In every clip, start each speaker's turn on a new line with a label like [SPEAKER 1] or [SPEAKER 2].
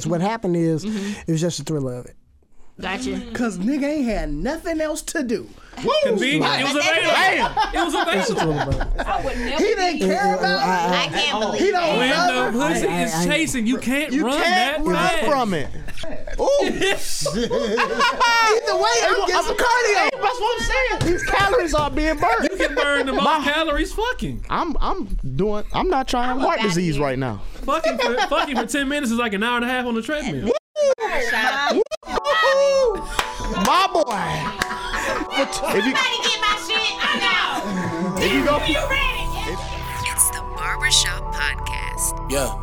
[SPEAKER 1] So what happened is
[SPEAKER 2] Mm-hmm.
[SPEAKER 1] it was just the thrill of it.
[SPEAKER 3] Gotcha.
[SPEAKER 2] Cause nigga ain't had nothing else to do.
[SPEAKER 4] Convenient. It was available. It was
[SPEAKER 1] It's the
[SPEAKER 4] available.
[SPEAKER 1] thrill of it.
[SPEAKER 5] I would never.
[SPEAKER 2] He didn't care about
[SPEAKER 3] I can't
[SPEAKER 2] it.
[SPEAKER 3] believe
[SPEAKER 2] He
[SPEAKER 3] that.
[SPEAKER 2] don't
[SPEAKER 4] When
[SPEAKER 2] love
[SPEAKER 4] the
[SPEAKER 2] it.
[SPEAKER 4] pussy
[SPEAKER 1] I- I-
[SPEAKER 4] is chasing, you can't
[SPEAKER 6] You
[SPEAKER 4] run
[SPEAKER 6] can't
[SPEAKER 4] that
[SPEAKER 6] run
[SPEAKER 4] fast.
[SPEAKER 6] from it.
[SPEAKER 2] Either way, I'm getting cardio.
[SPEAKER 6] That's what I'm saying. These calories are being burned.
[SPEAKER 4] You can burn the most calories fucking.
[SPEAKER 6] I'm I'm doing. I'm not trying
[SPEAKER 3] I'm
[SPEAKER 6] heart
[SPEAKER 3] up outta
[SPEAKER 6] disease
[SPEAKER 3] here.
[SPEAKER 6] right now.
[SPEAKER 4] Fucking for, fucking for 10 minutes is like an hour and a half on the treadmill.
[SPEAKER 6] My boy. If you,
[SPEAKER 3] Somebody get my shit. I
[SPEAKER 6] if you go,
[SPEAKER 3] know. You ready?
[SPEAKER 7] It's the Barbershop Podcast.
[SPEAKER 8] Yeah.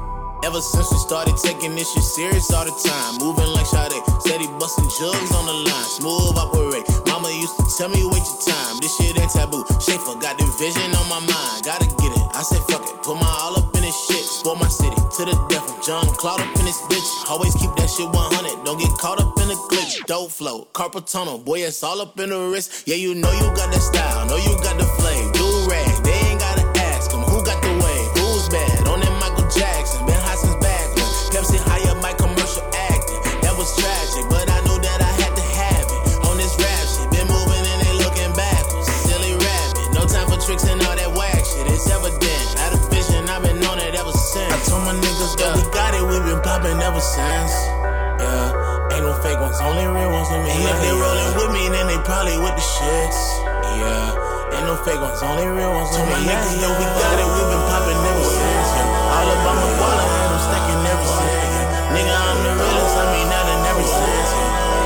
[SPEAKER 8] Ever since we started taking this shit serious all the time, moving like Sade, said he busting jugs on the line, smooth operate. Mama used to tell me wait your time, this shit ain't taboo. Schaefer got the vision on my mind, gotta get it. I said fuck it, put my all up in this shit, spoil my city to the death. I'm John Cloud up in this bitch, always keep that shit 100. Don't get caught up in a glitch. Dope flow, carpal tunnel, boy it's all up in the wrist. Yeah, you know you got that style, know you got the flame. Do rag, they ain't gotta ask 'em who got the wave. Who's bad on that Michael Jackson? Been hot since back when Pepsi hired my commercial acting. That was tragic, but I knew that I had to have it. On this rap shit, been moving and they looking backwards. Silly rabbit, no time for tricks and all that whack shit. It's evident. Had a vision, I've been on it ever since. I told my niggas that we got it, we been popping ever since. Yeah, ain't no fake ones, only real ones with me. And if they rolling with me, then they probably with the shits. Yeah, ain't no fake ones, only real ones with me. Told my niggas that we got it, we been popping ever since. Yeah. All up on my wallet, and I'm stacking ever since. Yeah. Nigga, I'm the realest, I mean that in every sense.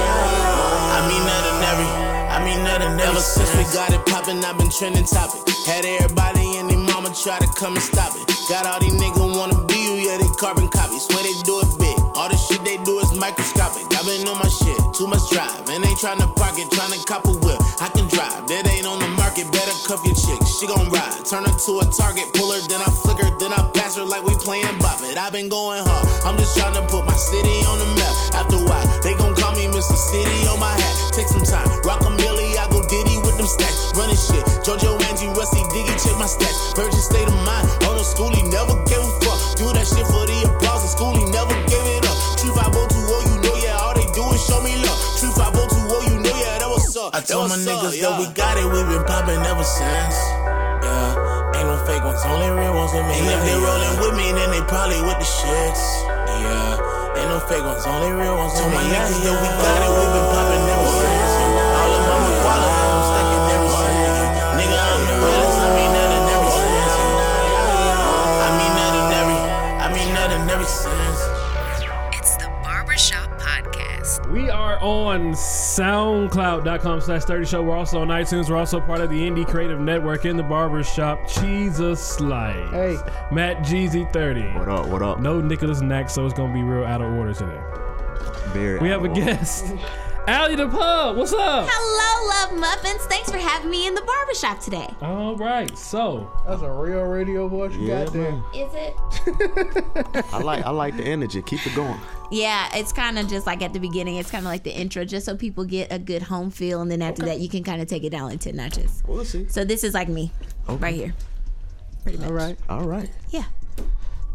[SPEAKER 8] Yeah. I mean that in every, I mean that in every Ever since we got it poppin', I've been trending topic. Had everybody and their mama try to come and stop it. Got all these niggas wanna be you, yeah, they carbon copies. Swear they do it big. All the shit they do is microscopic. I've been on my shit, too much drive. And ain't tryna park it, tryna cop a whip. I can drive, that ain't on the market. Better cuff your chick, she gon' ride. Turn her to a target, pull her, then I flick her, then I pass her like we playing bop it. I've been going hard, I'm just tryna put my city on the map. After a while, they gon' call me Mr. City on my hat. Take some time, rock a milli, I go diddy with them stacks. Running shit, JoJo, Angie, Rusty, Diggy, check my stats. Virgin state of mind, on no school, he never gave a fuck. Do that shit for the applause, in school, he never gave it up. True 5020, oh, you know, yeah, all they do is show me love. True 5020, oh, you know, yeah, that was up. I told my niggas that we got it, we been popping ever since. Yeah, ain't no fake ones, only real ones with me. And if they rolling with me, then they probably with the shits. Yeah, ain't no fake ones, only real ones with me. Told my niggas that we got it, we been popping ever since. All up on my wallet, I'm stacking every cent. Nigga, I'm the realest, I mean that in every sense. I mean that in every, I mean that in every sense.
[SPEAKER 7] It's the Barbershop Podcast.
[SPEAKER 4] We are on soundcloud.com slash 30 show. We're also on iTunes. We're also part of the Indie Creative Network in the barbershop. Cheese a slice.
[SPEAKER 2] Hey.
[SPEAKER 4] Matt Jeezy 30.
[SPEAKER 6] What up? What up?
[SPEAKER 4] No Nicholas Nack, so it's going to be real out of order today.
[SPEAKER 6] Very
[SPEAKER 4] We have a
[SPEAKER 6] honorable.
[SPEAKER 4] guest. Allie the Pub. What's up?
[SPEAKER 3] Hello, Love Muffins. Thanks for having me in the barbershop today.
[SPEAKER 4] All right. So,
[SPEAKER 2] That's a real radio voice you
[SPEAKER 6] Yeah,
[SPEAKER 2] got there.
[SPEAKER 6] man.
[SPEAKER 3] Is it?
[SPEAKER 6] I like I like the energy. Keep it going.
[SPEAKER 3] Yeah, it's kind of just like at the beginning, it's kind of like the intro, just so people get a good home feel. And then after that, you can kind of take it down like 10 notches.
[SPEAKER 6] We'll see.
[SPEAKER 3] So this is like me right here. Pretty much.
[SPEAKER 2] All right.
[SPEAKER 6] All right.
[SPEAKER 3] Yeah.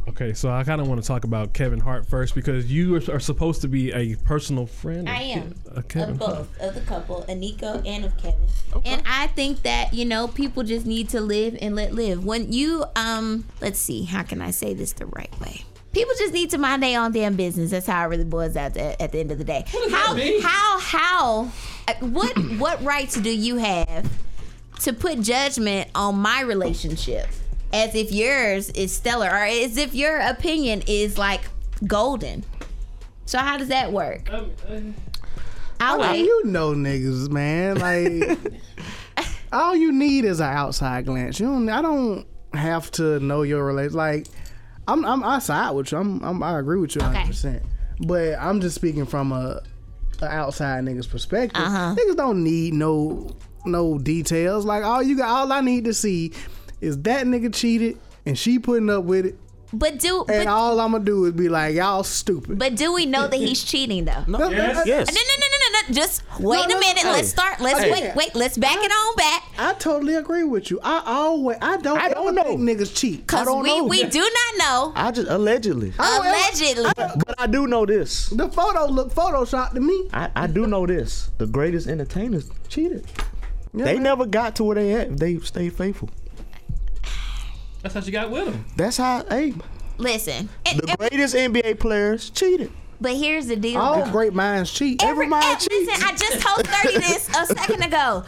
[SPEAKER 4] okay, so I kind of want to talk about Kevin Hart first because you are, are supposed to be a personal friend. of
[SPEAKER 3] I am.
[SPEAKER 4] Ke- of Kevin
[SPEAKER 3] of
[SPEAKER 4] Hart.
[SPEAKER 3] both of the couple, of Nico and of Kevin. And I think that you know people just need to live and let live. When you um, let's see, how can I say this the right way? People just need to mind their own damn business. That's how it really boils out to, at the end of the day. how, how how uh, what what rights do you have to put judgment on my relationship as if yours is stellar or as if your opinion is like golden? So how does that work? I'll
[SPEAKER 2] How
[SPEAKER 3] wait.
[SPEAKER 2] you know niggas, man. Like all you need is an outside glance. You don't. I don't have to know your relation. Like I'm. I'm. I side with you. I'm. I'm I agree with you 100. percent But I'm just speaking from a, a outside niggas perspective.
[SPEAKER 3] Uh-huh.
[SPEAKER 2] Niggas don't need no no details. Like all you got. All I need to see is that nigga cheated and she putting up with it.
[SPEAKER 3] But do
[SPEAKER 2] And
[SPEAKER 3] but,
[SPEAKER 2] all I'm gonna do is be like, y'all stupid.
[SPEAKER 3] but do we know that he's cheating though?
[SPEAKER 6] No,
[SPEAKER 4] Yes.
[SPEAKER 6] yes.
[SPEAKER 3] No, no, no, no, no, no. Just wait
[SPEAKER 2] No,
[SPEAKER 3] a
[SPEAKER 2] no,
[SPEAKER 3] minute.
[SPEAKER 6] hey.
[SPEAKER 3] let's start. Let's
[SPEAKER 6] Hey.
[SPEAKER 3] wait. Wait. Let's back it on back.
[SPEAKER 2] I totally agree with you. I always, I don't,
[SPEAKER 6] I don't
[SPEAKER 2] ever
[SPEAKER 6] know.
[SPEAKER 2] think niggas cheat.
[SPEAKER 3] Cause
[SPEAKER 6] don't
[SPEAKER 3] we
[SPEAKER 6] know.
[SPEAKER 3] we do not know.
[SPEAKER 6] I just allegedly,
[SPEAKER 3] Allegedly,
[SPEAKER 6] but I do know this.
[SPEAKER 2] The photo look photoshopped to me.
[SPEAKER 6] I, I do know this. The greatest entertainers cheated. They never got to where they at. if They stayed faithful.
[SPEAKER 4] That's how she got with him.
[SPEAKER 6] That's how. Hey,
[SPEAKER 3] listen. And-
[SPEAKER 6] the
[SPEAKER 3] and-
[SPEAKER 6] greatest NBA players cheated.
[SPEAKER 3] but here's the deal.
[SPEAKER 2] All great minds cheat.
[SPEAKER 3] Every,
[SPEAKER 6] Oh, mind
[SPEAKER 3] ev- listen, I just told Thirty this a second ago.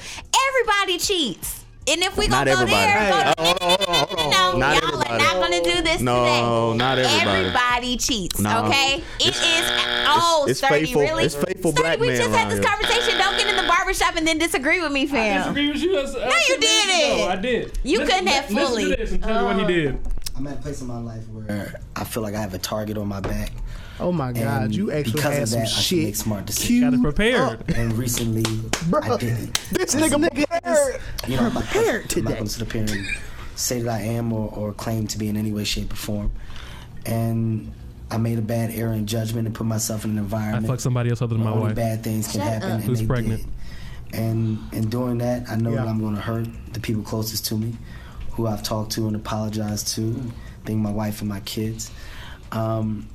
[SPEAKER 3] Everybody cheats, and if we gonna
[SPEAKER 6] Not
[SPEAKER 3] go
[SPEAKER 6] everybody.
[SPEAKER 3] there,
[SPEAKER 6] Hey,
[SPEAKER 3] go
[SPEAKER 6] hold on, hold on, hold
[SPEAKER 3] no,
[SPEAKER 6] on. Not
[SPEAKER 3] y'all are not
[SPEAKER 6] everybody.
[SPEAKER 3] gonna do this
[SPEAKER 6] No,
[SPEAKER 3] today.
[SPEAKER 6] not everybody.
[SPEAKER 3] Everybody cheats.
[SPEAKER 6] No.
[SPEAKER 3] Okay, it is. Oh,
[SPEAKER 6] it's
[SPEAKER 3] Sturdy,
[SPEAKER 6] faithful-
[SPEAKER 3] really?
[SPEAKER 6] it's faithful
[SPEAKER 3] Sturdy,
[SPEAKER 6] black
[SPEAKER 3] we
[SPEAKER 6] man
[SPEAKER 3] just had
[SPEAKER 6] around
[SPEAKER 3] this
[SPEAKER 6] here.
[SPEAKER 3] conversation. Don't get in the barbershop and then disagree with me,
[SPEAKER 4] I
[SPEAKER 3] fam.
[SPEAKER 4] disagree with you. uh, That's, no,
[SPEAKER 3] you didn't.
[SPEAKER 4] I did.
[SPEAKER 3] You couldn't have
[SPEAKER 4] listen
[SPEAKER 3] fully. Oh.
[SPEAKER 4] to this and tell me what he did.
[SPEAKER 5] I'm at a place in my life where I feel like I have a target on my back.
[SPEAKER 2] Oh my God,
[SPEAKER 5] And
[SPEAKER 2] you actually
[SPEAKER 5] because
[SPEAKER 2] had
[SPEAKER 5] of
[SPEAKER 2] some
[SPEAKER 5] that, I can
[SPEAKER 2] shit.
[SPEAKER 5] make smart decisions.
[SPEAKER 2] queued
[SPEAKER 4] Gotta prepare.
[SPEAKER 2] up.
[SPEAKER 5] And recently, I didn't.
[SPEAKER 2] This nigga prepared.
[SPEAKER 5] You know, I'm not,
[SPEAKER 2] Prepared
[SPEAKER 5] I'm not
[SPEAKER 2] today.
[SPEAKER 5] going to sit up here and say that I am or, or claim to be in any way, shape, or form. And I made a bad error in judgment and put myself in an
[SPEAKER 4] I
[SPEAKER 3] Oh.
[SPEAKER 5] environment
[SPEAKER 4] fucked somebody else other than my
[SPEAKER 2] Oh,
[SPEAKER 5] only
[SPEAKER 4] wife.
[SPEAKER 5] bad things can happen. And
[SPEAKER 4] Who's
[SPEAKER 5] they
[SPEAKER 4] pregnant?
[SPEAKER 5] Did. And in doing that, I know
[SPEAKER 2] Yeah.
[SPEAKER 5] that I'm going to hurt the people closest to me, who I've talked to and apologized to, being my wife and my kids. Um,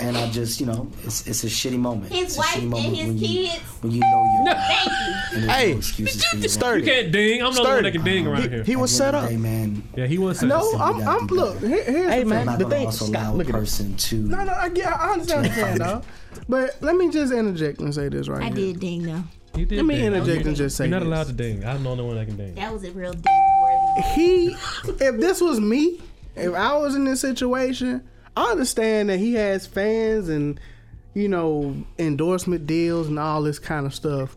[SPEAKER 5] and I just, you know, it's, it's a shitty moment.
[SPEAKER 3] His
[SPEAKER 5] It's a
[SPEAKER 3] wife
[SPEAKER 5] shitty
[SPEAKER 3] and
[SPEAKER 5] moment
[SPEAKER 3] his
[SPEAKER 5] when you,
[SPEAKER 3] kids.
[SPEAKER 5] When you know you're
[SPEAKER 3] Thank you.
[SPEAKER 5] and there's
[SPEAKER 6] Hey,
[SPEAKER 5] no excuses for you.
[SPEAKER 4] You can't ding. I'm not the one that can ding around
[SPEAKER 6] He,
[SPEAKER 4] here.
[SPEAKER 6] he was set up.
[SPEAKER 5] Hey, man.
[SPEAKER 4] yeah, he was.
[SPEAKER 2] No, I'm, I'm look. Here, here's
[SPEAKER 6] Hey
[SPEAKER 2] the thing.
[SPEAKER 6] man,
[SPEAKER 5] I'm not
[SPEAKER 6] the
[SPEAKER 5] going to
[SPEAKER 6] thing,
[SPEAKER 5] also
[SPEAKER 6] Scott,
[SPEAKER 5] allow a
[SPEAKER 6] look at this.
[SPEAKER 5] person to.
[SPEAKER 2] No, no, I, yeah, I understand what you're saying, though. But let me just interject and say this right
[SPEAKER 3] I
[SPEAKER 2] here.
[SPEAKER 3] did ding though.
[SPEAKER 4] You did
[SPEAKER 2] Let me
[SPEAKER 4] ding.
[SPEAKER 2] interject and just say
[SPEAKER 4] You're not
[SPEAKER 2] this.
[SPEAKER 4] allowed to ding. I'm the only one that can ding.
[SPEAKER 3] That was a real ding worthy.
[SPEAKER 2] he if this was me if i was in this situation i understand that he has fans and you know endorsement deals and all this kind of stuff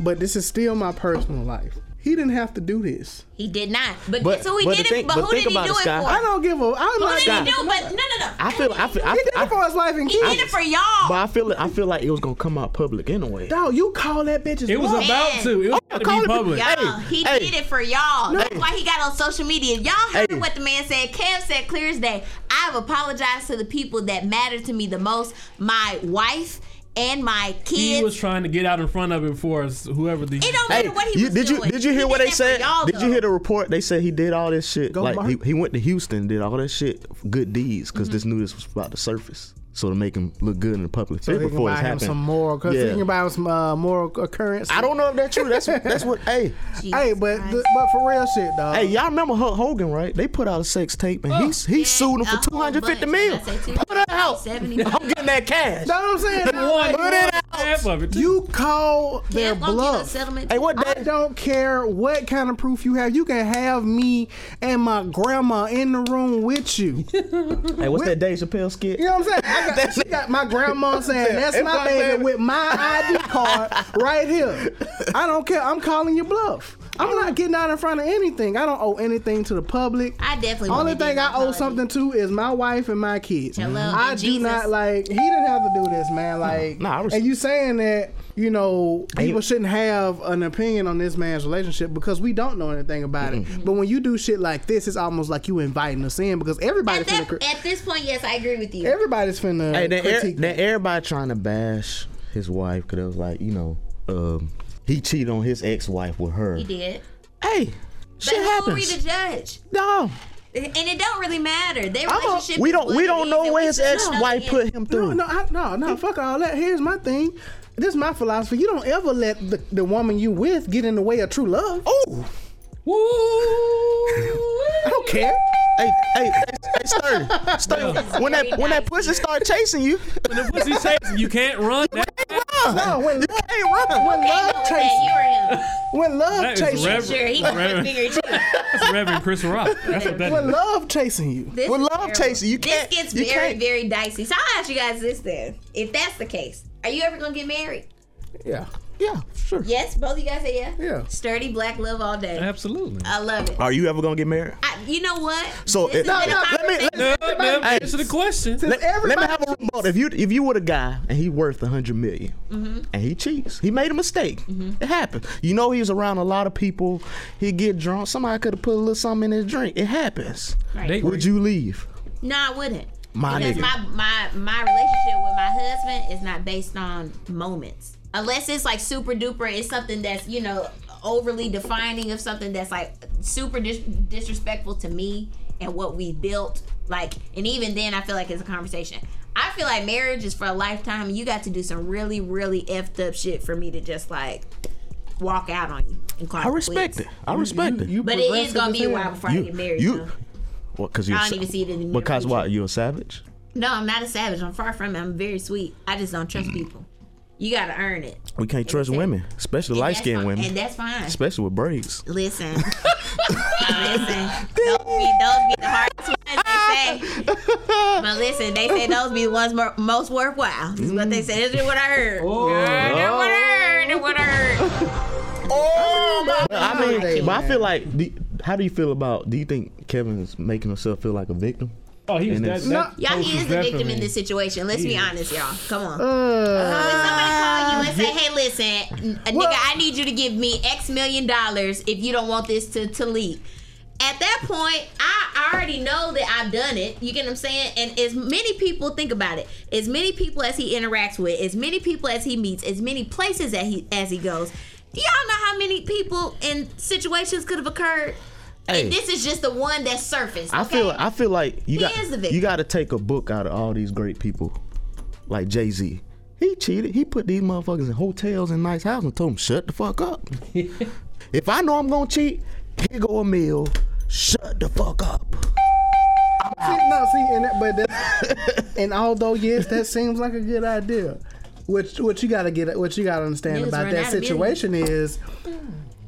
[SPEAKER 2] but this is still my personal life he didn't have to do this
[SPEAKER 3] He did not. But,
[SPEAKER 6] But-
[SPEAKER 3] guess who he
[SPEAKER 6] but
[SPEAKER 3] did
[SPEAKER 6] the thing-
[SPEAKER 3] it? But
[SPEAKER 6] but
[SPEAKER 3] who
[SPEAKER 6] think
[SPEAKER 3] did he do
[SPEAKER 6] about
[SPEAKER 3] it
[SPEAKER 6] it, Sky.
[SPEAKER 2] i
[SPEAKER 3] for?
[SPEAKER 2] don't give a i'm
[SPEAKER 3] Who
[SPEAKER 2] not
[SPEAKER 3] did he
[SPEAKER 6] Scott.
[SPEAKER 3] do? But no, no, no.
[SPEAKER 6] I feel, I feel, I,
[SPEAKER 2] he did
[SPEAKER 6] I,
[SPEAKER 2] it for his life and
[SPEAKER 3] He
[SPEAKER 2] kids
[SPEAKER 3] did it for y'all.
[SPEAKER 6] but I feel, it- I feel like it was gonna come out public anyway.
[SPEAKER 2] dog you call that bitch as
[SPEAKER 4] It was
[SPEAKER 2] well?
[SPEAKER 4] about to.
[SPEAKER 2] Oh,
[SPEAKER 4] It was about
[SPEAKER 6] call
[SPEAKER 4] to be
[SPEAKER 6] it-
[SPEAKER 4] public.
[SPEAKER 6] Yeah.
[SPEAKER 3] Y'all,
[SPEAKER 6] Hey,
[SPEAKER 3] he
[SPEAKER 6] hey.
[SPEAKER 3] did it for y'all. That's why he got on social media. Y'all heard
[SPEAKER 6] Hey.
[SPEAKER 3] what the man said. Kev said clear as day. I've apologized to the people that matter to me the most. My wife and my
[SPEAKER 4] He
[SPEAKER 3] kids.
[SPEAKER 4] was trying to get out in front of it for us, whoever the.
[SPEAKER 3] it don't
[SPEAKER 6] Hey,
[SPEAKER 3] matter what he
[SPEAKER 6] you,
[SPEAKER 3] was
[SPEAKER 6] did you
[SPEAKER 3] doing.
[SPEAKER 6] did you
[SPEAKER 3] He
[SPEAKER 6] hear what
[SPEAKER 3] did that
[SPEAKER 6] they
[SPEAKER 3] for
[SPEAKER 6] said?
[SPEAKER 3] y'all,
[SPEAKER 6] Did you hear the
[SPEAKER 3] though.
[SPEAKER 6] report? They said he did all this shit.
[SPEAKER 2] Go
[SPEAKER 6] like he,
[SPEAKER 2] Mark.
[SPEAKER 6] he went to Houston, did all that shit for good deeds because this
[SPEAKER 3] Mm-hmm.
[SPEAKER 6] knew this was about to surface. So to make him look good in the public
[SPEAKER 2] so
[SPEAKER 6] fit
[SPEAKER 2] he can
[SPEAKER 6] before
[SPEAKER 2] buy
[SPEAKER 6] this
[SPEAKER 2] him
[SPEAKER 6] happened.
[SPEAKER 2] some moral because
[SPEAKER 6] Yeah.
[SPEAKER 2] he can buy him some uh, moral occurrence
[SPEAKER 6] I don't know if that's true. That's what, that's what. Hey,
[SPEAKER 2] hey
[SPEAKER 3] Jesus
[SPEAKER 2] but
[SPEAKER 3] Christ.
[SPEAKER 2] the, but for real shit dog
[SPEAKER 6] hey, y'all remember Hulk Hogan, right? They put out a sex tape and he's he, he
[SPEAKER 3] Oh, Yeah,
[SPEAKER 6] sued him
[SPEAKER 3] a
[SPEAKER 6] for two
[SPEAKER 3] whole
[SPEAKER 6] hundred fifty
[SPEAKER 3] bunch.
[SPEAKER 6] mil.
[SPEAKER 3] I said two-
[SPEAKER 6] Put it out.
[SPEAKER 3] 70.
[SPEAKER 6] I'm getting that cash.
[SPEAKER 2] that's what i'm saying dog.
[SPEAKER 4] One,
[SPEAKER 2] Like,
[SPEAKER 6] Put it out.
[SPEAKER 4] half of it.
[SPEAKER 2] you call
[SPEAKER 3] Yeah,
[SPEAKER 2] their
[SPEAKER 3] I'm gonna get a
[SPEAKER 2] bluff
[SPEAKER 3] settlement.
[SPEAKER 6] Hey, what
[SPEAKER 2] I
[SPEAKER 6] day?
[SPEAKER 2] don't care what kind of proof you have. You can have me and my grandma in the room with you. You
[SPEAKER 6] Hey, what's that Dave Chappelle skit?
[SPEAKER 2] know what I'm saying? I got, she got my grandma saying, that's
[SPEAKER 6] It's
[SPEAKER 2] my
[SPEAKER 6] my
[SPEAKER 2] baby
[SPEAKER 6] baby."
[SPEAKER 2] with my ID card right here. I don't care. I'm calling your bluff. I'm not getting out in front of anything. I don't owe anything to the public.
[SPEAKER 3] I definitely
[SPEAKER 2] Only
[SPEAKER 3] wanna do
[SPEAKER 2] thing
[SPEAKER 3] my
[SPEAKER 2] I owe
[SPEAKER 3] apology.
[SPEAKER 2] something to is my wife and my kids.
[SPEAKER 3] Hello,
[SPEAKER 2] I
[SPEAKER 3] and
[SPEAKER 2] do
[SPEAKER 3] Jesus.
[SPEAKER 2] not like. He didn't have to do this, man. Like,
[SPEAKER 6] Nah, I was-
[SPEAKER 2] and you saying that you know people
[SPEAKER 6] you-
[SPEAKER 2] shouldn't have an opinion on this man's relationship because we don't know anything about it. But when you do shit like this, it's almost like you inviting us in because everybody
[SPEAKER 3] At,
[SPEAKER 2] finna,
[SPEAKER 3] that,
[SPEAKER 2] cri-
[SPEAKER 3] at this point, yes, I agree with you.
[SPEAKER 2] everybody's finna
[SPEAKER 6] Hey, then, er-
[SPEAKER 2] critique.
[SPEAKER 6] then everybody trying to bash his wife because it was like, you know, um, he cheated on his ex-wife with her.
[SPEAKER 3] he did.
[SPEAKER 6] Hey,
[SPEAKER 3] But
[SPEAKER 6] shit
[SPEAKER 3] who are we to
[SPEAKER 6] happens.
[SPEAKER 3] judge?
[SPEAKER 6] No,
[SPEAKER 3] And it don't really matter. Their
[SPEAKER 6] I'm a,
[SPEAKER 3] relationship.
[SPEAKER 6] we
[SPEAKER 3] is
[SPEAKER 6] don't
[SPEAKER 3] what
[SPEAKER 6] we
[SPEAKER 3] it
[SPEAKER 6] don't
[SPEAKER 3] is,
[SPEAKER 6] know
[SPEAKER 3] and
[SPEAKER 6] what
[SPEAKER 3] we
[SPEAKER 6] his
[SPEAKER 3] should know
[SPEAKER 6] ex-wife
[SPEAKER 3] the
[SPEAKER 6] put him
[SPEAKER 2] no,
[SPEAKER 6] through.
[SPEAKER 2] no, I, no, no, fuck all that. Here's my thing. This is my philosophy. You don't ever let the, the woman you with get in the way of true love.
[SPEAKER 6] Ooh.
[SPEAKER 2] I don't care.
[SPEAKER 6] Hey, hey, hey, hey, Sturdy, Sturdy, when that when that pussy start chasing you,
[SPEAKER 4] the pussy chasing. You can't run. That,
[SPEAKER 6] run.
[SPEAKER 2] No, Oh, when
[SPEAKER 6] you can't run.
[SPEAKER 2] When
[SPEAKER 3] Ain't
[SPEAKER 2] love
[SPEAKER 3] no way you or him.
[SPEAKER 2] chases, when love
[SPEAKER 4] that is
[SPEAKER 2] chases,
[SPEAKER 4] Reverend,
[SPEAKER 3] Sure, he got a
[SPEAKER 4] Reverend,
[SPEAKER 3] finger too.
[SPEAKER 4] that's Reverend Chris Rock. That's what that
[SPEAKER 2] when
[SPEAKER 4] is.
[SPEAKER 2] love chasing you.
[SPEAKER 3] This
[SPEAKER 6] With
[SPEAKER 3] is
[SPEAKER 6] love
[SPEAKER 3] terrible.
[SPEAKER 6] chasing, you
[SPEAKER 3] This
[SPEAKER 6] can't-
[SPEAKER 3] gets
[SPEAKER 6] you
[SPEAKER 3] very,
[SPEAKER 6] can't-
[SPEAKER 3] very dicey. So I'll ask you guys this then. If that's the case, are you ever gonna get married?
[SPEAKER 2] Yeah,
[SPEAKER 6] Yeah, sure.
[SPEAKER 3] Yes, both of you guys say yeah.
[SPEAKER 2] yeah.
[SPEAKER 3] Sturdy black love all day.
[SPEAKER 4] Absolutely.
[SPEAKER 3] I love it.
[SPEAKER 6] Are you ever gonna get married?
[SPEAKER 3] I, you know what?
[SPEAKER 6] So
[SPEAKER 3] This has
[SPEAKER 6] it- No,
[SPEAKER 3] been a
[SPEAKER 6] no, let me-
[SPEAKER 3] conversation.
[SPEAKER 4] No, no,
[SPEAKER 6] Hey.
[SPEAKER 4] Uh, answer the question.
[SPEAKER 2] Since
[SPEAKER 6] Let, let me
[SPEAKER 2] everybody
[SPEAKER 6] have a rebuttal. If you if you were the guy and he worth a hundred million,
[SPEAKER 3] Mm-hmm.
[SPEAKER 6] and he cheats, he made a mistake. It happened. You know he was around a lot of people. He get drunk. Somebody could have put a little something in his drink. It happens.
[SPEAKER 4] They-
[SPEAKER 6] Would you leave?
[SPEAKER 3] No, I wouldn't.
[SPEAKER 6] My
[SPEAKER 3] because
[SPEAKER 6] nigga.
[SPEAKER 3] my my my relationship with my husband is not based on moments, unless it's like super duper. It's something that's you know overly defining of something that's like super dis- disrespectful to me and what we built. Like, and even then, I feel like it's a conversation. I feel like marriage is for a lifetime. You got to do some really, really effed up shit for me to just like walk out on you and call
[SPEAKER 6] I respect
[SPEAKER 3] quits.
[SPEAKER 6] it. I respect it.
[SPEAKER 2] You
[SPEAKER 3] But it is
[SPEAKER 2] progressive
[SPEAKER 3] gonna
[SPEAKER 2] as
[SPEAKER 3] be a
[SPEAKER 2] hell.
[SPEAKER 3] while before I get married.
[SPEAKER 6] you,
[SPEAKER 3] though.
[SPEAKER 6] what? Because you.
[SPEAKER 3] I don't even see it in the near
[SPEAKER 6] Because
[SPEAKER 3] future.
[SPEAKER 6] what? You a savage?
[SPEAKER 3] No, I'm not a savage. I'm far from it. I'm very sweet. I just don't trust people. You gotta earn it.
[SPEAKER 6] We can't trust
[SPEAKER 3] Exactly.
[SPEAKER 6] women, especially
[SPEAKER 3] And
[SPEAKER 6] light
[SPEAKER 3] that's
[SPEAKER 6] skinned
[SPEAKER 3] fine-
[SPEAKER 6] women,
[SPEAKER 3] And that's fine.
[SPEAKER 6] especially with braids.
[SPEAKER 3] Listen. listen. Those be, those be the hardest ones they say. But listen, they say those be the ones mo- most worthwhile. This is what they say. This is what I heard. That's what I heard. That's what I heard. Oh,
[SPEAKER 6] I mean, but I feel like. Do, how do you feel about? Do you think Kevin's making himself feel like a victim?
[SPEAKER 4] Oh, he was
[SPEAKER 6] And
[SPEAKER 4] that.
[SPEAKER 6] it's-
[SPEAKER 4] that
[SPEAKER 3] Y'all, he
[SPEAKER 4] post
[SPEAKER 3] is the victim in
[SPEAKER 4] definitely-
[SPEAKER 3] this situation. Let's be honest, y'all. Come on. When somebody call you and say, "Hey, listen, a nigga, I need you to give me X million dollars if you don't want this to to leak." At that point, I already know that I've done it. You get what I'm saying? And as many people think about it, as many people as he interacts with, as many people as he meets, as many places that he as he goes. Do y'all know how many people and situations could have occurred?
[SPEAKER 6] Hey,
[SPEAKER 3] This is just the one that surfaced.
[SPEAKER 6] I feel.
[SPEAKER 3] okay?
[SPEAKER 6] I feel like you got.
[SPEAKER 3] is the victim.
[SPEAKER 6] You got to take a book out of all these great people, like Jay Z. He cheated. He put these motherfuckers in hotels and nice houses and told them shut the fuck up. if I know I'm gonna cheat, here go a meal. Shut the fuck up.
[SPEAKER 2] See, no, see, and that, but that, and although yes, that seems like a good idea. What what you gotta get, what you gotta understand
[SPEAKER 3] Niggas
[SPEAKER 2] about
[SPEAKER 3] run
[SPEAKER 2] that
[SPEAKER 3] out of
[SPEAKER 2] situation is,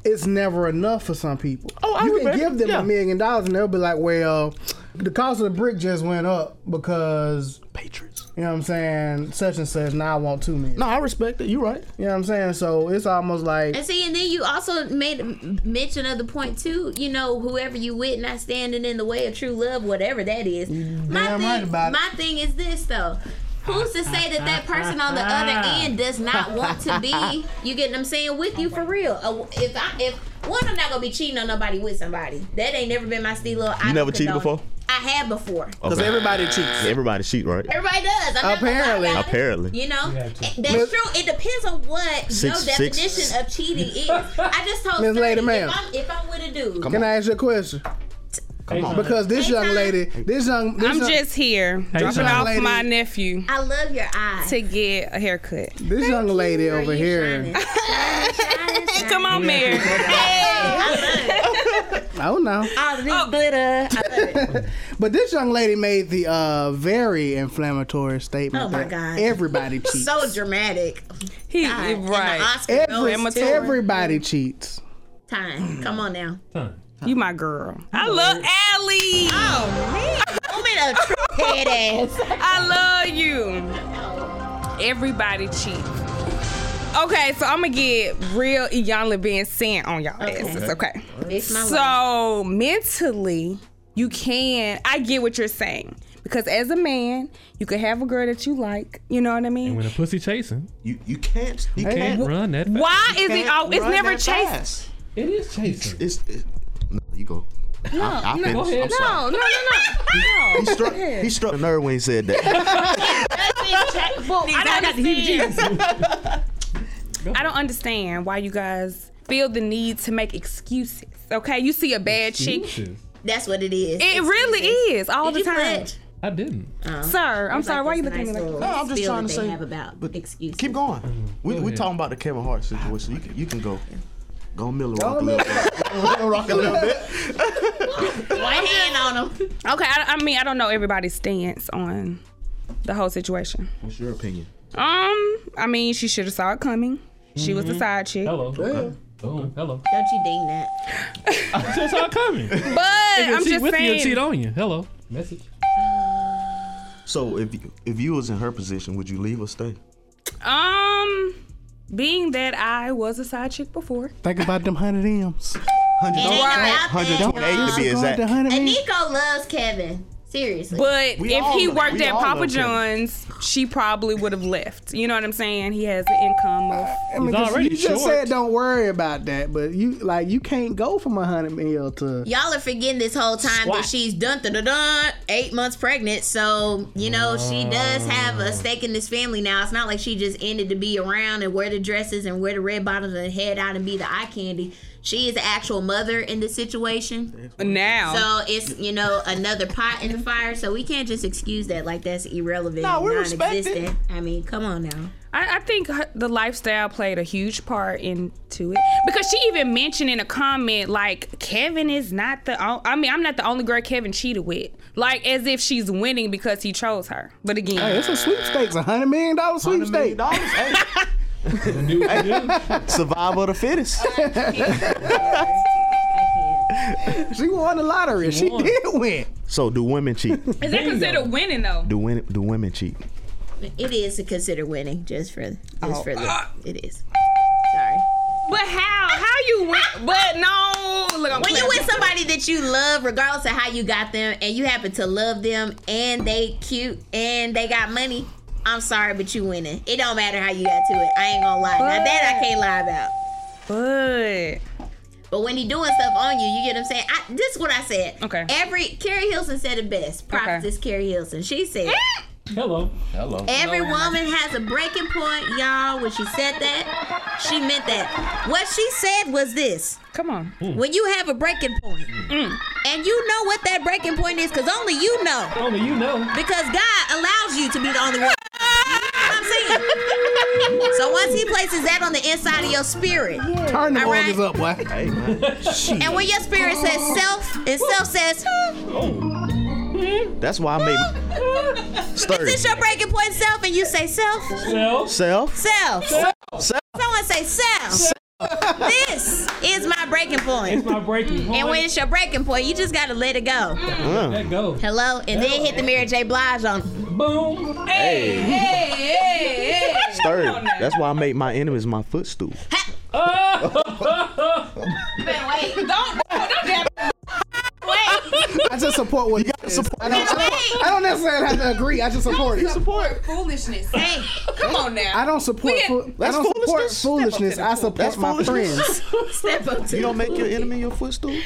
[SPEAKER 2] it's never enough for some people.
[SPEAKER 6] Oh, I
[SPEAKER 2] you can
[SPEAKER 6] remember,
[SPEAKER 2] give them
[SPEAKER 6] yeah.
[SPEAKER 2] a million dollars and they'll be like, well, the cost of the brick just went up because
[SPEAKER 6] Patriots.
[SPEAKER 2] you know what I'm saying, such and such. Now I want two million.
[SPEAKER 6] No, I respect it. You right.
[SPEAKER 2] You know what I'm saying? So it's almost like
[SPEAKER 3] And see, and then you also made m- mention of the point too. You know, whoever you with, not standing in the way of true love, whatever that is. My
[SPEAKER 2] damn
[SPEAKER 3] thing,
[SPEAKER 2] right about it.
[SPEAKER 3] my thing is this though. Who's to say that that person on the other end does not want to be? You get what I'm saying with you for real. Uh, If I if one, I'm not gonna be cheating on nobody with somebody. That ain't never been my stilo. I don't
[SPEAKER 6] never cheated
[SPEAKER 3] condone it.
[SPEAKER 6] before?
[SPEAKER 3] I had before.
[SPEAKER 2] because everybody cheats.
[SPEAKER 6] Everybody cheat, right?
[SPEAKER 3] Everybody does. I'm not gonna lie
[SPEAKER 2] Apparently.
[SPEAKER 3] about it.
[SPEAKER 6] Apparently.
[SPEAKER 3] You know,
[SPEAKER 4] have to.
[SPEAKER 3] It- that's true. It depends on what your
[SPEAKER 6] Six- six-
[SPEAKER 3] definition of cheating is. I just told
[SPEAKER 2] Miss
[SPEAKER 3] Sturdy,
[SPEAKER 2] Lady
[SPEAKER 3] if
[SPEAKER 2] Ma'am.
[SPEAKER 3] I'm, if I'm with a dude,
[SPEAKER 2] Can I ask you a question?
[SPEAKER 4] Come on.
[SPEAKER 2] Because this young
[SPEAKER 3] Anytime.
[SPEAKER 2] lady, this young, this
[SPEAKER 9] I'm
[SPEAKER 2] young,
[SPEAKER 9] just here dropping
[SPEAKER 4] Sean.
[SPEAKER 9] off
[SPEAKER 2] Lady.
[SPEAKER 9] my nephew
[SPEAKER 3] I love your eyes.
[SPEAKER 9] to get a haircut.
[SPEAKER 2] this young lady
[SPEAKER 3] Girl,
[SPEAKER 2] over
[SPEAKER 3] you
[SPEAKER 2] here.
[SPEAKER 3] shining. Shining, shining,
[SPEAKER 9] Come on, Mary.
[SPEAKER 2] Oh no.
[SPEAKER 3] All of this glitter. I love it.
[SPEAKER 2] But this young lady made the uh, very inflammatory statement
[SPEAKER 3] Oh, my
[SPEAKER 2] that
[SPEAKER 3] God.
[SPEAKER 2] everybody cheats.
[SPEAKER 3] So dramatic.
[SPEAKER 9] He
[SPEAKER 3] God, and the
[SPEAKER 9] right.
[SPEAKER 3] Oscar
[SPEAKER 2] Every,
[SPEAKER 3] goes to
[SPEAKER 2] everybody cheats.
[SPEAKER 3] time. Come on now.
[SPEAKER 4] Time.
[SPEAKER 9] You my girl. I love Allie.
[SPEAKER 3] Oh man, woman of truth, head ass.
[SPEAKER 9] I love you. Everybody cheats. Okay, so I'm gonna get real Iyan Levin sent on y'all asses. Okay.
[SPEAKER 3] It's my life.
[SPEAKER 9] So mentally, you can. I get what you're saying because as a man, you could have a girl that you like. You know what I mean?
[SPEAKER 4] When a pussy chasing,
[SPEAKER 6] You you can't you
[SPEAKER 4] you can't
[SPEAKER 6] can't
[SPEAKER 4] run that. fast.
[SPEAKER 9] Why is it?
[SPEAKER 6] can't
[SPEAKER 9] Oh, it's
[SPEAKER 6] run
[SPEAKER 9] never
[SPEAKER 6] that
[SPEAKER 9] chasing.
[SPEAKER 6] fast.
[SPEAKER 4] It is chasing.
[SPEAKER 6] It's, it's no, you go. No, I, I no,
[SPEAKER 4] go ahead.
[SPEAKER 9] No, no, no, no.
[SPEAKER 6] He struck. He struck a nerve when he said that.
[SPEAKER 9] I don't understand. I don't understand why you guys feel the need to make excuses. Okay, you see a bad chick.
[SPEAKER 4] Jesus.
[SPEAKER 3] That's what it is.
[SPEAKER 9] It really is all
[SPEAKER 3] Did
[SPEAKER 9] the
[SPEAKER 3] you
[SPEAKER 9] time.
[SPEAKER 3] pledge?
[SPEAKER 4] I didn't.
[SPEAKER 3] Oh.
[SPEAKER 9] Sir, I'm sorry. Why you looking at me like that?
[SPEAKER 6] I'm just trying to say-
[SPEAKER 3] Have about
[SPEAKER 6] but
[SPEAKER 3] excuses.
[SPEAKER 6] Keep going. We we
[SPEAKER 4] ahead.
[SPEAKER 6] talking about the Kevin Hart situation. You can, you can go. Go Miller rock a little bit. Miller rock a little bit.
[SPEAKER 3] One hand on him.
[SPEAKER 9] Okay, I, I mean, I don't know everybody's stance on the whole situation.
[SPEAKER 6] What's your opinion?
[SPEAKER 9] Um, I mean, she should have saw it coming. She
[SPEAKER 4] Mm-hmm.
[SPEAKER 9] was the side chick.
[SPEAKER 4] Hello. Okay. Boom. Hello.
[SPEAKER 3] Don't you ding that.
[SPEAKER 4] That's all coming.
[SPEAKER 9] But
[SPEAKER 4] If
[SPEAKER 9] I'm
[SPEAKER 4] she
[SPEAKER 9] just
[SPEAKER 4] with you,
[SPEAKER 9] saying.
[SPEAKER 4] cheat on you. Hello. Message.
[SPEAKER 6] So if you, if you was in her position, would you leave or stay?
[SPEAKER 9] um, being that I was a side chick before.
[SPEAKER 2] Think about them hundred M's.
[SPEAKER 6] Hundred
[SPEAKER 3] ain't about that,
[SPEAKER 6] hundred twenty eight to be
[SPEAKER 2] Go with the
[SPEAKER 6] exact.
[SPEAKER 2] hundred
[SPEAKER 3] And
[SPEAKER 2] M's.
[SPEAKER 3] Nico loves Kevin. Seriously.
[SPEAKER 9] Mm. But
[SPEAKER 6] We
[SPEAKER 9] if
[SPEAKER 6] all
[SPEAKER 9] he
[SPEAKER 6] know-
[SPEAKER 9] worked
[SPEAKER 6] we
[SPEAKER 9] at
[SPEAKER 6] all know
[SPEAKER 9] Papa
[SPEAKER 6] Kevin.
[SPEAKER 9] John's, she probably would have left. You know what I'm saying? He has an income of
[SPEAKER 2] I mean,
[SPEAKER 4] He's
[SPEAKER 2] 'cause
[SPEAKER 4] already
[SPEAKER 2] you just
[SPEAKER 4] short.
[SPEAKER 2] said don't worry about that, but you like you can't go from a hundred mil to
[SPEAKER 3] Y'all are forgetting this whole time
[SPEAKER 4] Squat.
[SPEAKER 3] that she's dun dun dun dun eight months pregnant. So you know she does have
[SPEAKER 9] Mm.
[SPEAKER 3] a stake in this family now. It's not like she just ended to be around and wear the dresses and wear the red bottoms and head out and be the eye candy. She is the actual mother in this situation.
[SPEAKER 9] now.
[SPEAKER 3] So it's you know another pot in the fire. So we can't just excuse that like that's irrelevant,
[SPEAKER 6] Nah, we respect it.
[SPEAKER 3] non-existent. I mean, come on now.
[SPEAKER 9] I, I think her- the lifestyle played a huge part into it because she even mentioned in a comment like Kevin is not the. o- I mean, I'm not the only girl Kevin cheated with. Like as if she's winning because he chose her. But again,
[SPEAKER 2] Hey, it's a sweepstakes, a hundred million dollar sweepstakes.
[SPEAKER 4] New- new-
[SPEAKER 6] Survival of the fittest.
[SPEAKER 2] She won the lottery. She,
[SPEAKER 4] won.
[SPEAKER 2] did win.
[SPEAKER 6] so do women cheat?
[SPEAKER 9] is that considered winning though?
[SPEAKER 6] Do women do women cheat?
[SPEAKER 3] It is to consider winning just for just
[SPEAKER 9] Oh,
[SPEAKER 3] for the
[SPEAKER 9] ah.
[SPEAKER 3] it is. Sorry.
[SPEAKER 9] But how? How you win? But no, look,
[SPEAKER 3] When
[SPEAKER 9] I'm playing.
[SPEAKER 3] you with somebody that you love, regardless of how you got them, and you happen to love them, and they cute, and they got money, I'm sorry, but you winning. It don't matter how you got to it. I ain't gonna lie. Now that I can't lie about.
[SPEAKER 9] But
[SPEAKER 3] But when he doing stuff on you, you get what I'm saying. I, this is what I said.
[SPEAKER 9] Okay.
[SPEAKER 3] Every Carrie Hilson said it best. Props
[SPEAKER 9] Okay.
[SPEAKER 3] is Carrie Hilson. She said.
[SPEAKER 4] Hello.
[SPEAKER 10] Hello.
[SPEAKER 3] Every woman has a breaking point, y'all. When she said that, she meant that. What she said was this
[SPEAKER 9] come on,
[SPEAKER 3] when you have a breaking point, and you know what that breaking point is, because only you know,
[SPEAKER 4] Only you know.
[SPEAKER 3] because God allows you to be the only one. You know what I'm saying? so once He places that on the inside of your spirit,
[SPEAKER 2] Turn the
[SPEAKER 3] All right.
[SPEAKER 2] mortgage up, boy.
[SPEAKER 3] and when your spirit says self, and self says,
[SPEAKER 6] That's why I made
[SPEAKER 3] is
[SPEAKER 6] sturdy.
[SPEAKER 3] this your breaking point, self? And you say, self,
[SPEAKER 4] Well,
[SPEAKER 6] Self.
[SPEAKER 3] self. Someone say, self. This is my breaking point.
[SPEAKER 4] it's my breaking point.
[SPEAKER 3] And when it's your breaking point, you just gotta let it go.
[SPEAKER 6] Mm.
[SPEAKER 4] Let go.
[SPEAKER 3] Hello, and then hit the Mary J. Blige on.
[SPEAKER 4] Boom.
[SPEAKER 6] Hey. Sturdy. That's why I made my enemies my footstool.
[SPEAKER 3] Wait, don't, don't, Wait,
[SPEAKER 2] I just support what you I don't, I don't- I don't necessarily have to agree. I just support it.
[SPEAKER 10] Support.
[SPEAKER 9] foolishness.
[SPEAKER 3] hey,
[SPEAKER 9] Come on now.
[SPEAKER 2] I don't support.
[SPEAKER 9] We-
[SPEAKER 2] Fo- I
[SPEAKER 6] That's
[SPEAKER 2] don't support
[SPEAKER 6] foolishness.
[SPEAKER 2] foolishness. I support
[SPEAKER 6] That's
[SPEAKER 2] my
[SPEAKER 6] foolishness.
[SPEAKER 2] friends.
[SPEAKER 3] step up to
[SPEAKER 6] You
[SPEAKER 3] the
[SPEAKER 6] don't make your enemy your footstool.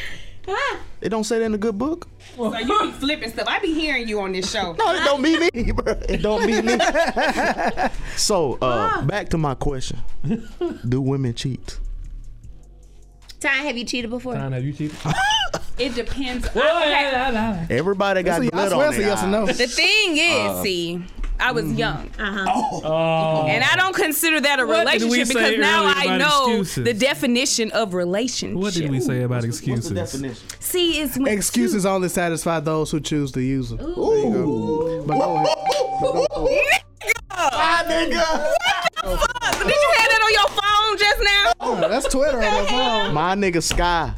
[SPEAKER 3] Huh?
[SPEAKER 6] It don't say that in the good book.
[SPEAKER 9] So you be flipping stuff. I be hearing you on this show.
[SPEAKER 6] No, it don't be me, bro. It don't be me. so uh, back to my question: Do women cheat?
[SPEAKER 3] Ty, have you cheated before?
[SPEAKER 4] Time have you cheated?
[SPEAKER 9] It depends.
[SPEAKER 6] Everybody got
[SPEAKER 2] So,
[SPEAKER 6] glitter
[SPEAKER 2] I swear
[SPEAKER 6] on
[SPEAKER 2] it's a
[SPEAKER 6] their
[SPEAKER 2] yes or no.
[SPEAKER 6] eyes.
[SPEAKER 9] The thing is,
[SPEAKER 4] Uh,
[SPEAKER 9] see, I was
[SPEAKER 4] mm-hmm.
[SPEAKER 9] young,
[SPEAKER 4] Oh.
[SPEAKER 9] and I don't consider that a
[SPEAKER 4] What did we
[SPEAKER 9] relationship
[SPEAKER 4] say
[SPEAKER 9] because now
[SPEAKER 4] earlier
[SPEAKER 9] I
[SPEAKER 4] about
[SPEAKER 9] know
[SPEAKER 4] excuses?
[SPEAKER 9] the definition of relationship.
[SPEAKER 4] What did we say about excuses?
[SPEAKER 9] See, it's when
[SPEAKER 2] Excuses only satisfy those who choose to use them.
[SPEAKER 6] Ooh.
[SPEAKER 2] But go ahead.
[SPEAKER 9] Did you have that on your phone just now?
[SPEAKER 2] Oh, that's Twitter on the phone.
[SPEAKER 6] My nigga Sky.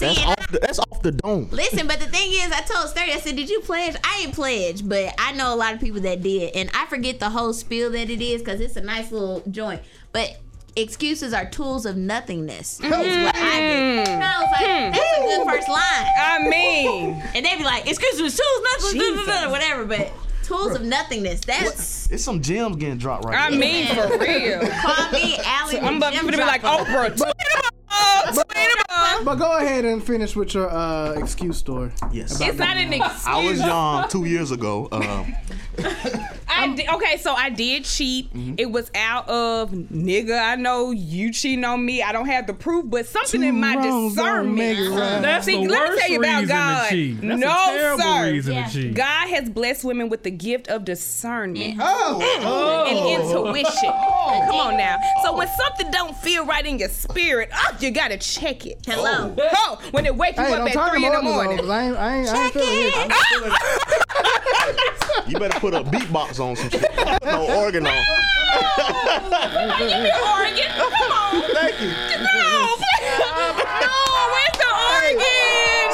[SPEAKER 6] That's
[SPEAKER 3] and
[SPEAKER 6] off, the, that's off the dome.
[SPEAKER 3] Listen, but the thing is, I told Sturdy, I said, "Did you pledge?" I ain't pledged, but I know a lot of people that did, and I forget the whole spiel that it is because it's a nice little joint. But excuses are tools of nothingness. That's what I
[SPEAKER 9] Mm-hmm.
[SPEAKER 3] did. And I was like, "That's a good first line."
[SPEAKER 9] I mean,
[SPEAKER 3] And they be like, excuse me, tools, nothing,
[SPEAKER 9] Jesus.
[SPEAKER 3] whatever, but tools of nothingness. That's
[SPEAKER 6] It's some gems getting dropped right
[SPEAKER 9] I
[SPEAKER 6] now.
[SPEAKER 9] mean for real.
[SPEAKER 3] call me Allie.
[SPEAKER 9] I'm about to
[SPEAKER 3] Jim
[SPEAKER 9] be like oh,
[SPEAKER 3] Dropper.
[SPEAKER 9] Oprah. Tweetable, tweetable.
[SPEAKER 2] But go ahead and finish with your uh, excuse story.
[SPEAKER 6] Yes.
[SPEAKER 9] It's not an excuse.
[SPEAKER 6] I was young two years ago. Um,
[SPEAKER 9] I di- okay, so I did cheat.
[SPEAKER 2] Mm-hmm.
[SPEAKER 9] It was out of nigga. I know you cheating on me. I don't have the proof, but something in my
[SPEAKER 2] wrongs don't make
[SPEAKER 9] discernment.
[SPEAKER 2] it right.
[SPEAKER 4] That's
[SPEAKER 9] See,
[SPEAKER 4] the
[SPEAKER 9] let me
[SPEAKER 4] worst
[SPEAKER 9] tell you about
[SPEAKER 4] reason
[SPEAKER 9] God.
[SPEAKER 4] to cheat. That's
[SPEAKER 9] No,
[SPEAKER 4] a terrible
[SPEAKER 9] sir.
[SPEAKER 4] reason to cheat.
[SPEAKER 9] God has blessed women with the gift of
[SPEAKER 3] Mm-hmm.
[SPEAKER 9] discernment
[SPEAKER 2] Oh,
[SPEAKER 9] and intuition.
[SPEAKER 3] Oh.
[SPEAKER 9] Come on now. So when something don't feel right in your spirit, oh, you gotta check it.
[SPEAKER 3] Hello.
[SPEAKER 9] Oh, when it wake you
[SPEAKER 2] hey,
[SPEAKER 9] up
[SPEAKER 2] don't
[SPEAKER 9] at
[SPEAKER 2] turn
[SPEAKER 9] three in
[SPEAKER 2] them
[SPEAKER 9] the
[SPEAKER 2] on though,
[SPEAKER 9] morning.
[SPEAKER 2] 'cause I ain't, I ain't, I ain't
[SPEAKER 3] Check
[SPEAKER 2] feeling it.
[SPEAKER 3] it.
[SPEAKER 6] you better put a beatbox on some shit. No organ on.
[SPEAKER 9] You be Oregon. Come on.
[SPEAKER 6] Thank you.
[SPEAKER 9] No, where's the organ?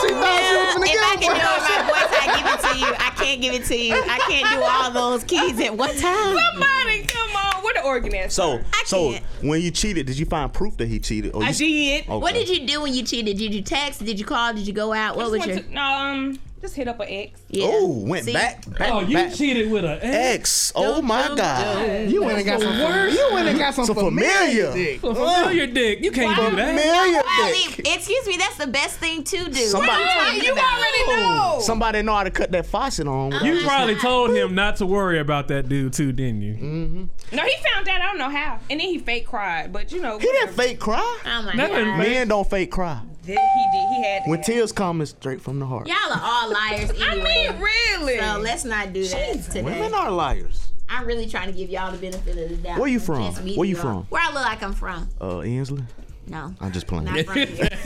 [SPEAKER 2] She thought
[SPEAKER 3] If
[SPEAKER 2] she was gonna get
[SPEAKER 3] I
[SPEAKER 2] one.
[SPEAKER 3] can do it in my voice, I give it to you. I can't give it to you. I can't do all those keys at one time.
[SPEAKER 9] Somebody, come on. Where the organ is?
[SPEAKER 6] So,
[SPEAKER 3] I
[SPEAKER 6] so
[SPEAKER 3] can't.
[SPEAKER 6] when you cheated, did you find proof that he cheated? Or
[SPEAKER 9] I
[SPEAKER 6] you,
[SPEAKER 9] did.
[SPEAKER 6] Okay.
[SPEAKER 3] What did you do when you cheated? Did you text? Did you call? Did you go out? What was
[SPEAKER 9] Went
[SPEAKER 3] your
[SPEAKER 9] to- no, um, Just hit up an ex.
[SPEAKER 3] Yeah.
[SPEAKER 6] Oh, went
[SPEAKER 3] See?
[SPEAKER 6] back, back,
[SPEAKER 4] Oh, you
[SPEAKER 6] back.
[SPEAKER 4] cheated with an ex.
[SPEAKER 6] X. Oh my God.
[SPEAKER 2] You went and got some. You went and got some
[SPEAKER 6] So
[SPEAKER 2] familiar.
[SPEAKER 6] familiar.
[SPEAKER 2] dick.
[SPEAKER 4] A familiar dick. You can't do that.
[SPEAKER 6] Familiar
[SPEAKER 3] Riley,
[SPEAKER 6] dick.
[SPEAKER 3] excuse me, that's the best thing to do.
[SPEAKER 6] Somebody-
[SPEAKER 3] What are you
[SPEAKER 9] You
[SPEAKER 3] talking about?
[SPEAKER 9] already know.
[SPEAKER 6] Somebody know how to cut that faucet on.
[SPEAKER 4] You probably told him not to worry about that dude too, didn't you?
[SPEAKER 9] No, he found out. I don't know how. And then he fake cried. But you know,
[SPEAKER 6] He didn't fake cry.
[SPEAKER 3] Oh my
[SPEAKER 4] That
[SPEAKER 3] God.
[SPEAKER 4] didn't make-
[SPEAKER 6] Men don't fake cry.
[SPEAKER 9] Then he did. He had. to
[SPEAKER 6] When
[SPEAKER 9] have-
[SPEAKER 6] tears come, it's straight from the heart.
[SPEAKER 3] Y'all are all liars
[SPEAKER 9] I
[SPEAKER 3] anyway.
[SPEAKER 9] mean, really.
[SPEAKER 3] so let's not do that today.
[SPEAKER 6] Women are liars.
[SPEAKER 3] I'm really trying to give y'all the benefit of the doubt.
[SPEAKER 6] Where you
[SPEAKER 3] Just
[SPEAKER 6] from?
[SPEAKER 3] meeting
[SPEAKER 6] Where you
[SPEAKER 3] y'all.
[SPEAKER 6] from?
[SPEAKER 3] Where I look like I'm from.
[SPEAKER 6] Uh, Inslee.
[SPEAKER 3] No.
[SPEAKER 6] I'm just playing.
[SPEAKER 3] Not from here.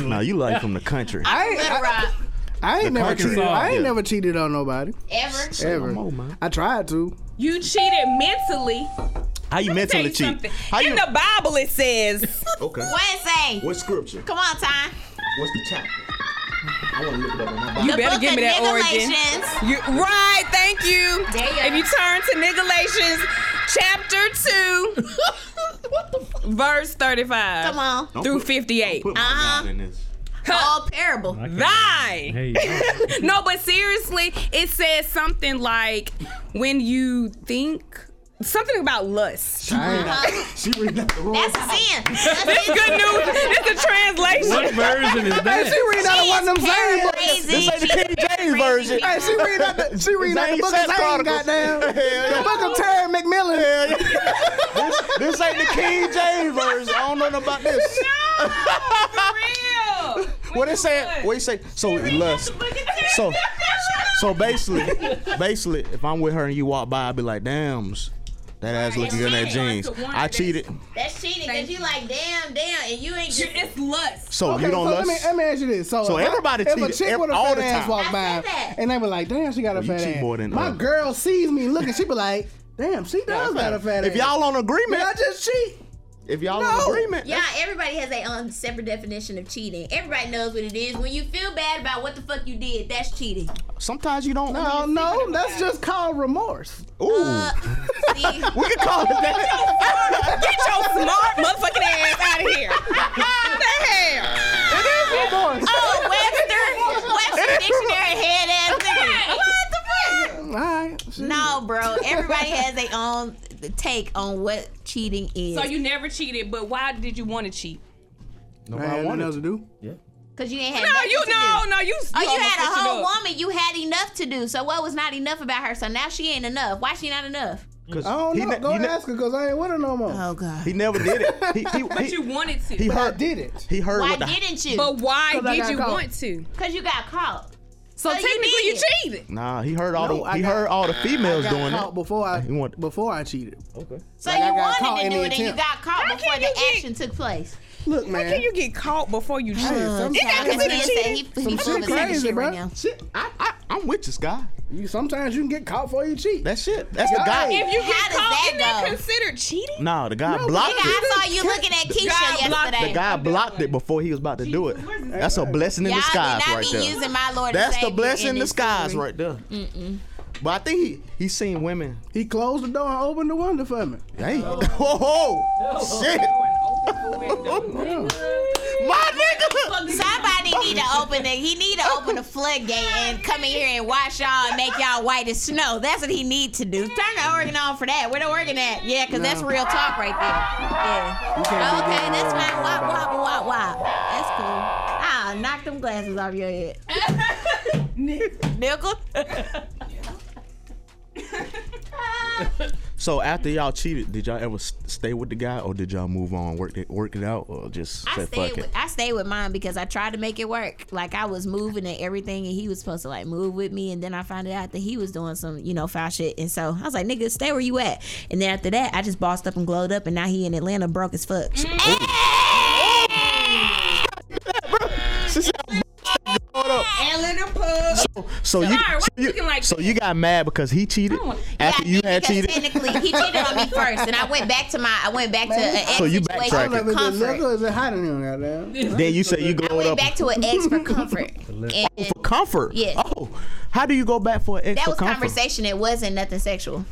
[SPEAKER 6] No, Mm. you like from the country.
[SPEAKER 2] I
[SPEAKER 3] Little
[SPEAKER 2] ain't, I,
[SPEAKER 3] Rock.
[SPEAKER 2] I ain't never
[SPEAKER 4] Arkansas.
[SPEAKER 2] cheated. I ain't
[SPEAKER 4] Yeah.
[SPEAKER 2] never cheated on nobody
[SPEAKER 3] Ever.
[SPEAKER 2] ever.
[SPEAKER 6] Come on, man.
[SPEAKER 2] I tried to.
[SPEAKER 9] You cheated mentally.
[SPEAKER 6] How you
[SPEAKER 9] Let me tell
[SPEAKER 6] mentally
[SPEAKER 9] you
[SPEAKER 6] cheat?
[SPEAKER 9] something.
[SPEAKER 6] How
[SPEAKER 9] In
[SPEAKER 6] you?
[SPEAKER 9] the Bible it says.
[SPEAKER 6] okay.
[SPEAKER 3] What it say?
[SPEAKER 6] What scripture?
[SPEAKER 3] Come on, time.
[SPEAKER 6] What's the chapter? I want to look it up on my
[SPEAKER 9] You
[SPEAKER 3] The
[SPEAKER 9] better
[SPEAKER 3] book
[SPEAKER 9] give
[SPEAKER 3] of
[SPEAKER 9] me that origin.
[SPEAKER 3] Galatians.
[SPEAKER 9] You, right, thank you.
[SPEAKER 3] There you
[SPEAKER 9] if
[SPEAKER 3] are.
[SPEAKER 9] you turn to Galatians chapter 2, verse 35
[SPEAKER 3] Come on.
[SPEAKER 9] through 58.
[SPEAKER 6] Put my
[SPEAKER 3] Uh-huh.
[SPEAKER 6] God in this.
[SPEAKER 3] All parable.
[SPEAKER 9] Thy.
[SPEAKER 4] Hey,
[SPEAKER 9] No, but seriously, it says something like when you think something about lust.
[SPEAKER 6] She read out the wrong.
[SPEAKER 3] Uh-huh. That's a sin. That's
[SPEAKER 9] This
[SPEAKER 3] sin.
[SPEAKER 9] good news. It's a translation.
[SPEAKER 4] what version is
[SPEAKER 2] Hey, she
[SPEAKER 4] that?
[SPEAKER 2] read out one of them same books.
[SPEAKER 3] Crazy.
[SPEAKER 6] This ain't the King James version.
[SPEAKER 2] Hey, she read out the, she read out the book of Zane, goddamn. The book of Terry McMillan.
[SPEAKER 6] this, this ain't the King James version. I don't know nothing about this.
[SPEAKER 9] No, for real.
[SPEAKER 6] What it say? What you say? So lust. So, so basically, basically, if I'm with her and you walk by, I'd be like, "Damns, that ass looking good in that jeans." I cheated,
[SPEAKER 3] That's cheating because you like, damn, damn, and you ain't.
[SPEAKER 9] It's lust.
[SPEAKER 6] so
[SPEAKER 2] Okay,
[SPEAKER 6] Oh, you don't
[SPEAKER 2] so
[SPEAKER 6] lust.
[SPEAKER 2] Let me, let me ask you this. So,
[SPEAKER 6] So
[SPEAKER 2] if I-
[SPEAKER 6] everybody
[SPEAKER 2] if
[SPEAKER 6] cheated,
[SPEAKER 2] a chick
[SPEAKER 6] ev-
[SPEAKER 2] with a
[SPEAKER 6] all
[SPEAKER 2] fat
[SPEAKER 6] the
[SPEAKER 2] ass
[SPEAKER 6] time.
[SPEAKER 2] walk
[SPEAKER 3] I
[SPEAKER 2] by
[SPEAKER 3] said that.
[SPEAKER 2] and they be like, damn, she got a
[SPEAKER 6] Well, you
[SPEAKER 2] fat
[SPEAKER 6] cheat
[SPEAKER 2] ass.
[SPEAKER 6] more than
[SPEAKER 2] My
[SPEAKER 6] us.
[SPEAKER 2] girl sees me looking, she be like, damn, she does got a fat ass.
[SPEAKER 6] if y'all on agreement,
[SPEAKER 2] Did I just cheat?
[SPEAKER 6] if y'all
[SPEAKER 2] No.
[SPEAKER 6] on agreement,
[SPEAKER 3] Yeah, everybody has their own separate definition of cheating. Everybody knows what it is. When you feel bad about what the fuck you did, that's cheating.
[SPEAKER 6] sometimes you don't.
[SPEAKER 2] No, Uh, no, that's just called remorse.
[SPEAKER 6] Ooh,
[SPEAKER 3] Uh, see,
[SPEAKER 6] we can call it that.
[SPEAKER 9] Get your smart motherfucking ass out of here. the hell?
[SPEAKER 2] Remorse.
[SPEAKER 3] oh, Webster, Webster Dictionary head ass nigga. What
[SPEAKER 6] Oh,
[SPEAKER 3] the fuck?
[SPEAKER 2] All right. shit.
[SPEAKER 3] No, bro. Everybody has their own take on what cheating is.
[SPEAKER 9] So you never cheated, but why did you want to cheat?
[SPEAKER 2] I had nothing else to do.
[SPEAKER 3] Cause you ain't had
[SPEAKER 9] No,
[SPEAKER 3] nothing
[SPEAKER 9] you
[SPEAKER 3] to
[SPEAKER 9] no,
[SPEAKER 3] do.
[SPEAKER 9] no, you.
[SPEAKER 3] Oh, you
[SPEAKER 9] almost
[SPEAKER 3] had a
[SPEAKER 9] switched it
[SPEAKER 3] whole
[SPEAKER 9] up.
[SPEAKER 3] woman. You had enough to do. So what was not enough about her? So now she ain't enough. Why she not enough?
[SPEAKER 2] I don't know. Go
[SPEAKER 6] he, ne-
[SPEAKER 2] ask her because I ain't with her no more.
[SPEAKER 3] Oh God.
[SPEAKER 6] he never did it. He, he,
[SPEAKER 9] But
[SPEAKER 6] he,
[SPEAKER 9] you wanted to.
[SPEAKER 6] he
[SPEAKER 2] I
[SPEAKER 6] heard.
[SPEAKER 2] did it.
[SPEAKER 6] He heard
[SPEAKER 3] Why
[SPEAKER 6] what the.
[SPEAKER 3] didn't you?
[SPEAKER 9] but why
[SPEAKER 2] 'Cause I
[SPEAKER 9] did
[SPEAKER 2] got
[SPEAKER 9] you
[SPEAKER 2] caught.
[SPEAKER 9] want to?
[SPEAKER 3] Cause you got caught.
[SPEAKER 9] So,
[SPEAKER 3] Oh, you
[SPEAKER 9] technically, you,
[SPEAKER 3] did.
[SPEAKER 9] cheated.
[SPEAKER 6] Nah, he heard all
[SPEAKER 2] No,
[SPEAKER 6] the.
[SPEAKER 2] I
[SPEAKER 6] He
[SPEAKER 2] got-
[SPEAKER 6] heard all the females
[SPEAKER 2] I got
[SPEAKER 6] doing
[SPEAKER 2] caught
[SPEAKER 6] it.
[SPEAKER 2] before I
[SPEAKER 6] You want-
[SPEAKER 2] before I cheated.
[SPEAKER 3] So
[SPEAKER 2] Like, I
[SPEAKER 3] you
[SPEAKER 2] got
[SPEAKER 3] wanted
[SPEAKER 2] caught
[SPEAKER 3] to
[SPEAKER 2] in
[SPEAKER 3] do
[SPEAKER 2] the
[SPEAKER 3] it and you
[SPEAKER 2] attempt.
[SPEAKER 3] got caught
[SPEAKER 9] How
[SPEAKER 3] before
[SPEAKER 9] can
[SPEAKER 3] the
[SPEAKER 9] you get-
[SPEAKER 3] action took place.
[SPEAKER 2] Look,
[SPEAKER 9] How
[SPEAKER 2] man.
[SPEAKER 9] can you get caught before you cheat?
[SPEAKER 6] Uh,
[SPEAKER 2] sometimes-
[SPEAKER 9] It got
[SPEAKER 3] Cause
[SPEAKER 9] considered
[SPEAKER 3] man said
[SPEAKER 9] cheating.
[SPEAKER 3] he, he full
[SPEAKER 2] shit
[SPEAKER 3] of himself and
[SPEAKER 2] crazy,
[SPEAKER 3] shit
[SPEAKER 2] bro.
[SPEAKER 3] right now.
[SPEAKER 6] Shit, I, I, I'm with this guy.
[SPEAKER 2] You sometimes you can get caught before you cheat.
[SPEAKER 6] That's shit. That's the
[SPEAKER 2] Y'all
[SPEAKER 6] guy.
[SPEAKER 2] ain't-
[SPEAKER 9] If you
[SPEAKER 3] How
[SPEAKER 9] get
[SPEAKER 3] does
[SPEAKER 9] caught,
[SPEAKER 3] that
[SPEAKER 9] isn't that
[SPEAKER 3] go?
[SPEAKER 9] considered cheating?
[SPEAKER 6] Nah, the guy
[SPEAKER 3] Nigga,
[SPEAKER 6] blocked it.
[SPEAKER 3] I saw you looking at Keisha
[SPEAKER 9] God blocked
[SPEAKER 6] The
[SPEAKER 3] yesterday.
[SPEAKER 6] guy blocked it before he was about to do it. That's a blessing in
[SPEAKER 3] Y'all do
[SPEAKER 6] disguise
[SPEAKER 3] not
[SPEAKER 6] right
[SPEAKER 3] be
[SPEAKER 6] there.
[SPEAKER 3] using my Lord. and
[SPEAKER 6] That's the
[SPEAKER 3] Savior
[SPEAKER 6] blessing in
[SPEAKER 3] this
[SPEAKER 6] disguise
[SPEAKER 3] story.
[SPEAKER 6] right there. Mm-mm. But I think he he seen women.
[SPEAKER 2] He closed the door and opened the window for me.
[SPEAKER 6] Hey, whoa, shit, my nigga.
[SPEAKER 3] Somebody need to open it. He need to open the floodgate and come in here and wash y'all and make y'all white as snow. That's what he need to do. Turn the organ on for that. Where the organ at? Yeah, because that's real talk right there. Yeah.
[SPEAKER 2] can't be
[SPEAKER 3] Okay,
[SPEAKER 2] doing
[SPEAKER 3] that's
[SPEAKER 2] all
[SPEAKER 3] fine.
[SPEAKER 2] that
[SPEAKER 3] Wop, wop, wop, wop. That's cool. Ah, knock them glasses off your head. Nickel.
[SPEAKER 6] So after y'all cheated, did y'all ever s- stay with the guy or did y'all move on, work it, work it out, or just
[SPEAKER 3] I
[SPEAKER 6] say
[SPEAKER 3] stayed
[SPEAKER 6] fuck
[SPEAKER 3] with
[SPEAKER 6] it?
[SPEAKER 3] I stayed with mine because I tried to make it work. Like I was moving and everything, and he was supposed to like move with me, and then I found out that he was doing some you know foul shit, and so I was like, nigga, stay where you at. And then after that, I just bossed up and glowed up, and now he in Atlanta broke as fuck.
[SPEAKER 6] Mm. So you,
[SPEAKER 9] Sorry, why
[SPEAKER 6] so
[SPEAKER 9] you looking
[SPEAKER 6] you,
[SPEAKER 9] like
[SPEAKER 6] so you got mad because he cheated after
[SPEAKER 3] Yeah,
[SPEAKER 6] you
[SPEAKER 3] I did
[SPEAKER 6] had
[SPEAKER 3] because
[SPEAKER 6] cheated.
[SPEAKER 3] Technically, he cheated on me first, and I went back to my I went back to an ex
[SPEAKER 6] So you
[SPEAKER 3] situation
[SPEAKER 6] backtracking.
[SPEAKER 2] Is
[SPEAKER 3] for
[SPEAKER 2] it liquor
[SPEAKER 3] comfort.
[SPEAKER 2] or is it hot in here, goddamn?
[SPEAKER 6] Then you say you
[SPEAKER 3] I
[SPEAKER 6] glowed
[SPEAKER 3] went
[SPEAKER 6] up
[SPEAKER 3] back to an ex for comfort. And
[SPEAKER 6] for comfort.
[SPEAKER 3] Yes.
[SPEAKER 6] Oh, how do you go back for an ex
[SPEAKER 3] that
[SPEAKER 6] for
[SPEAKER 3] was
[SPEAKER 6] comfort?
[SPEAKER 3] conversation. It wasn't nothing sexual.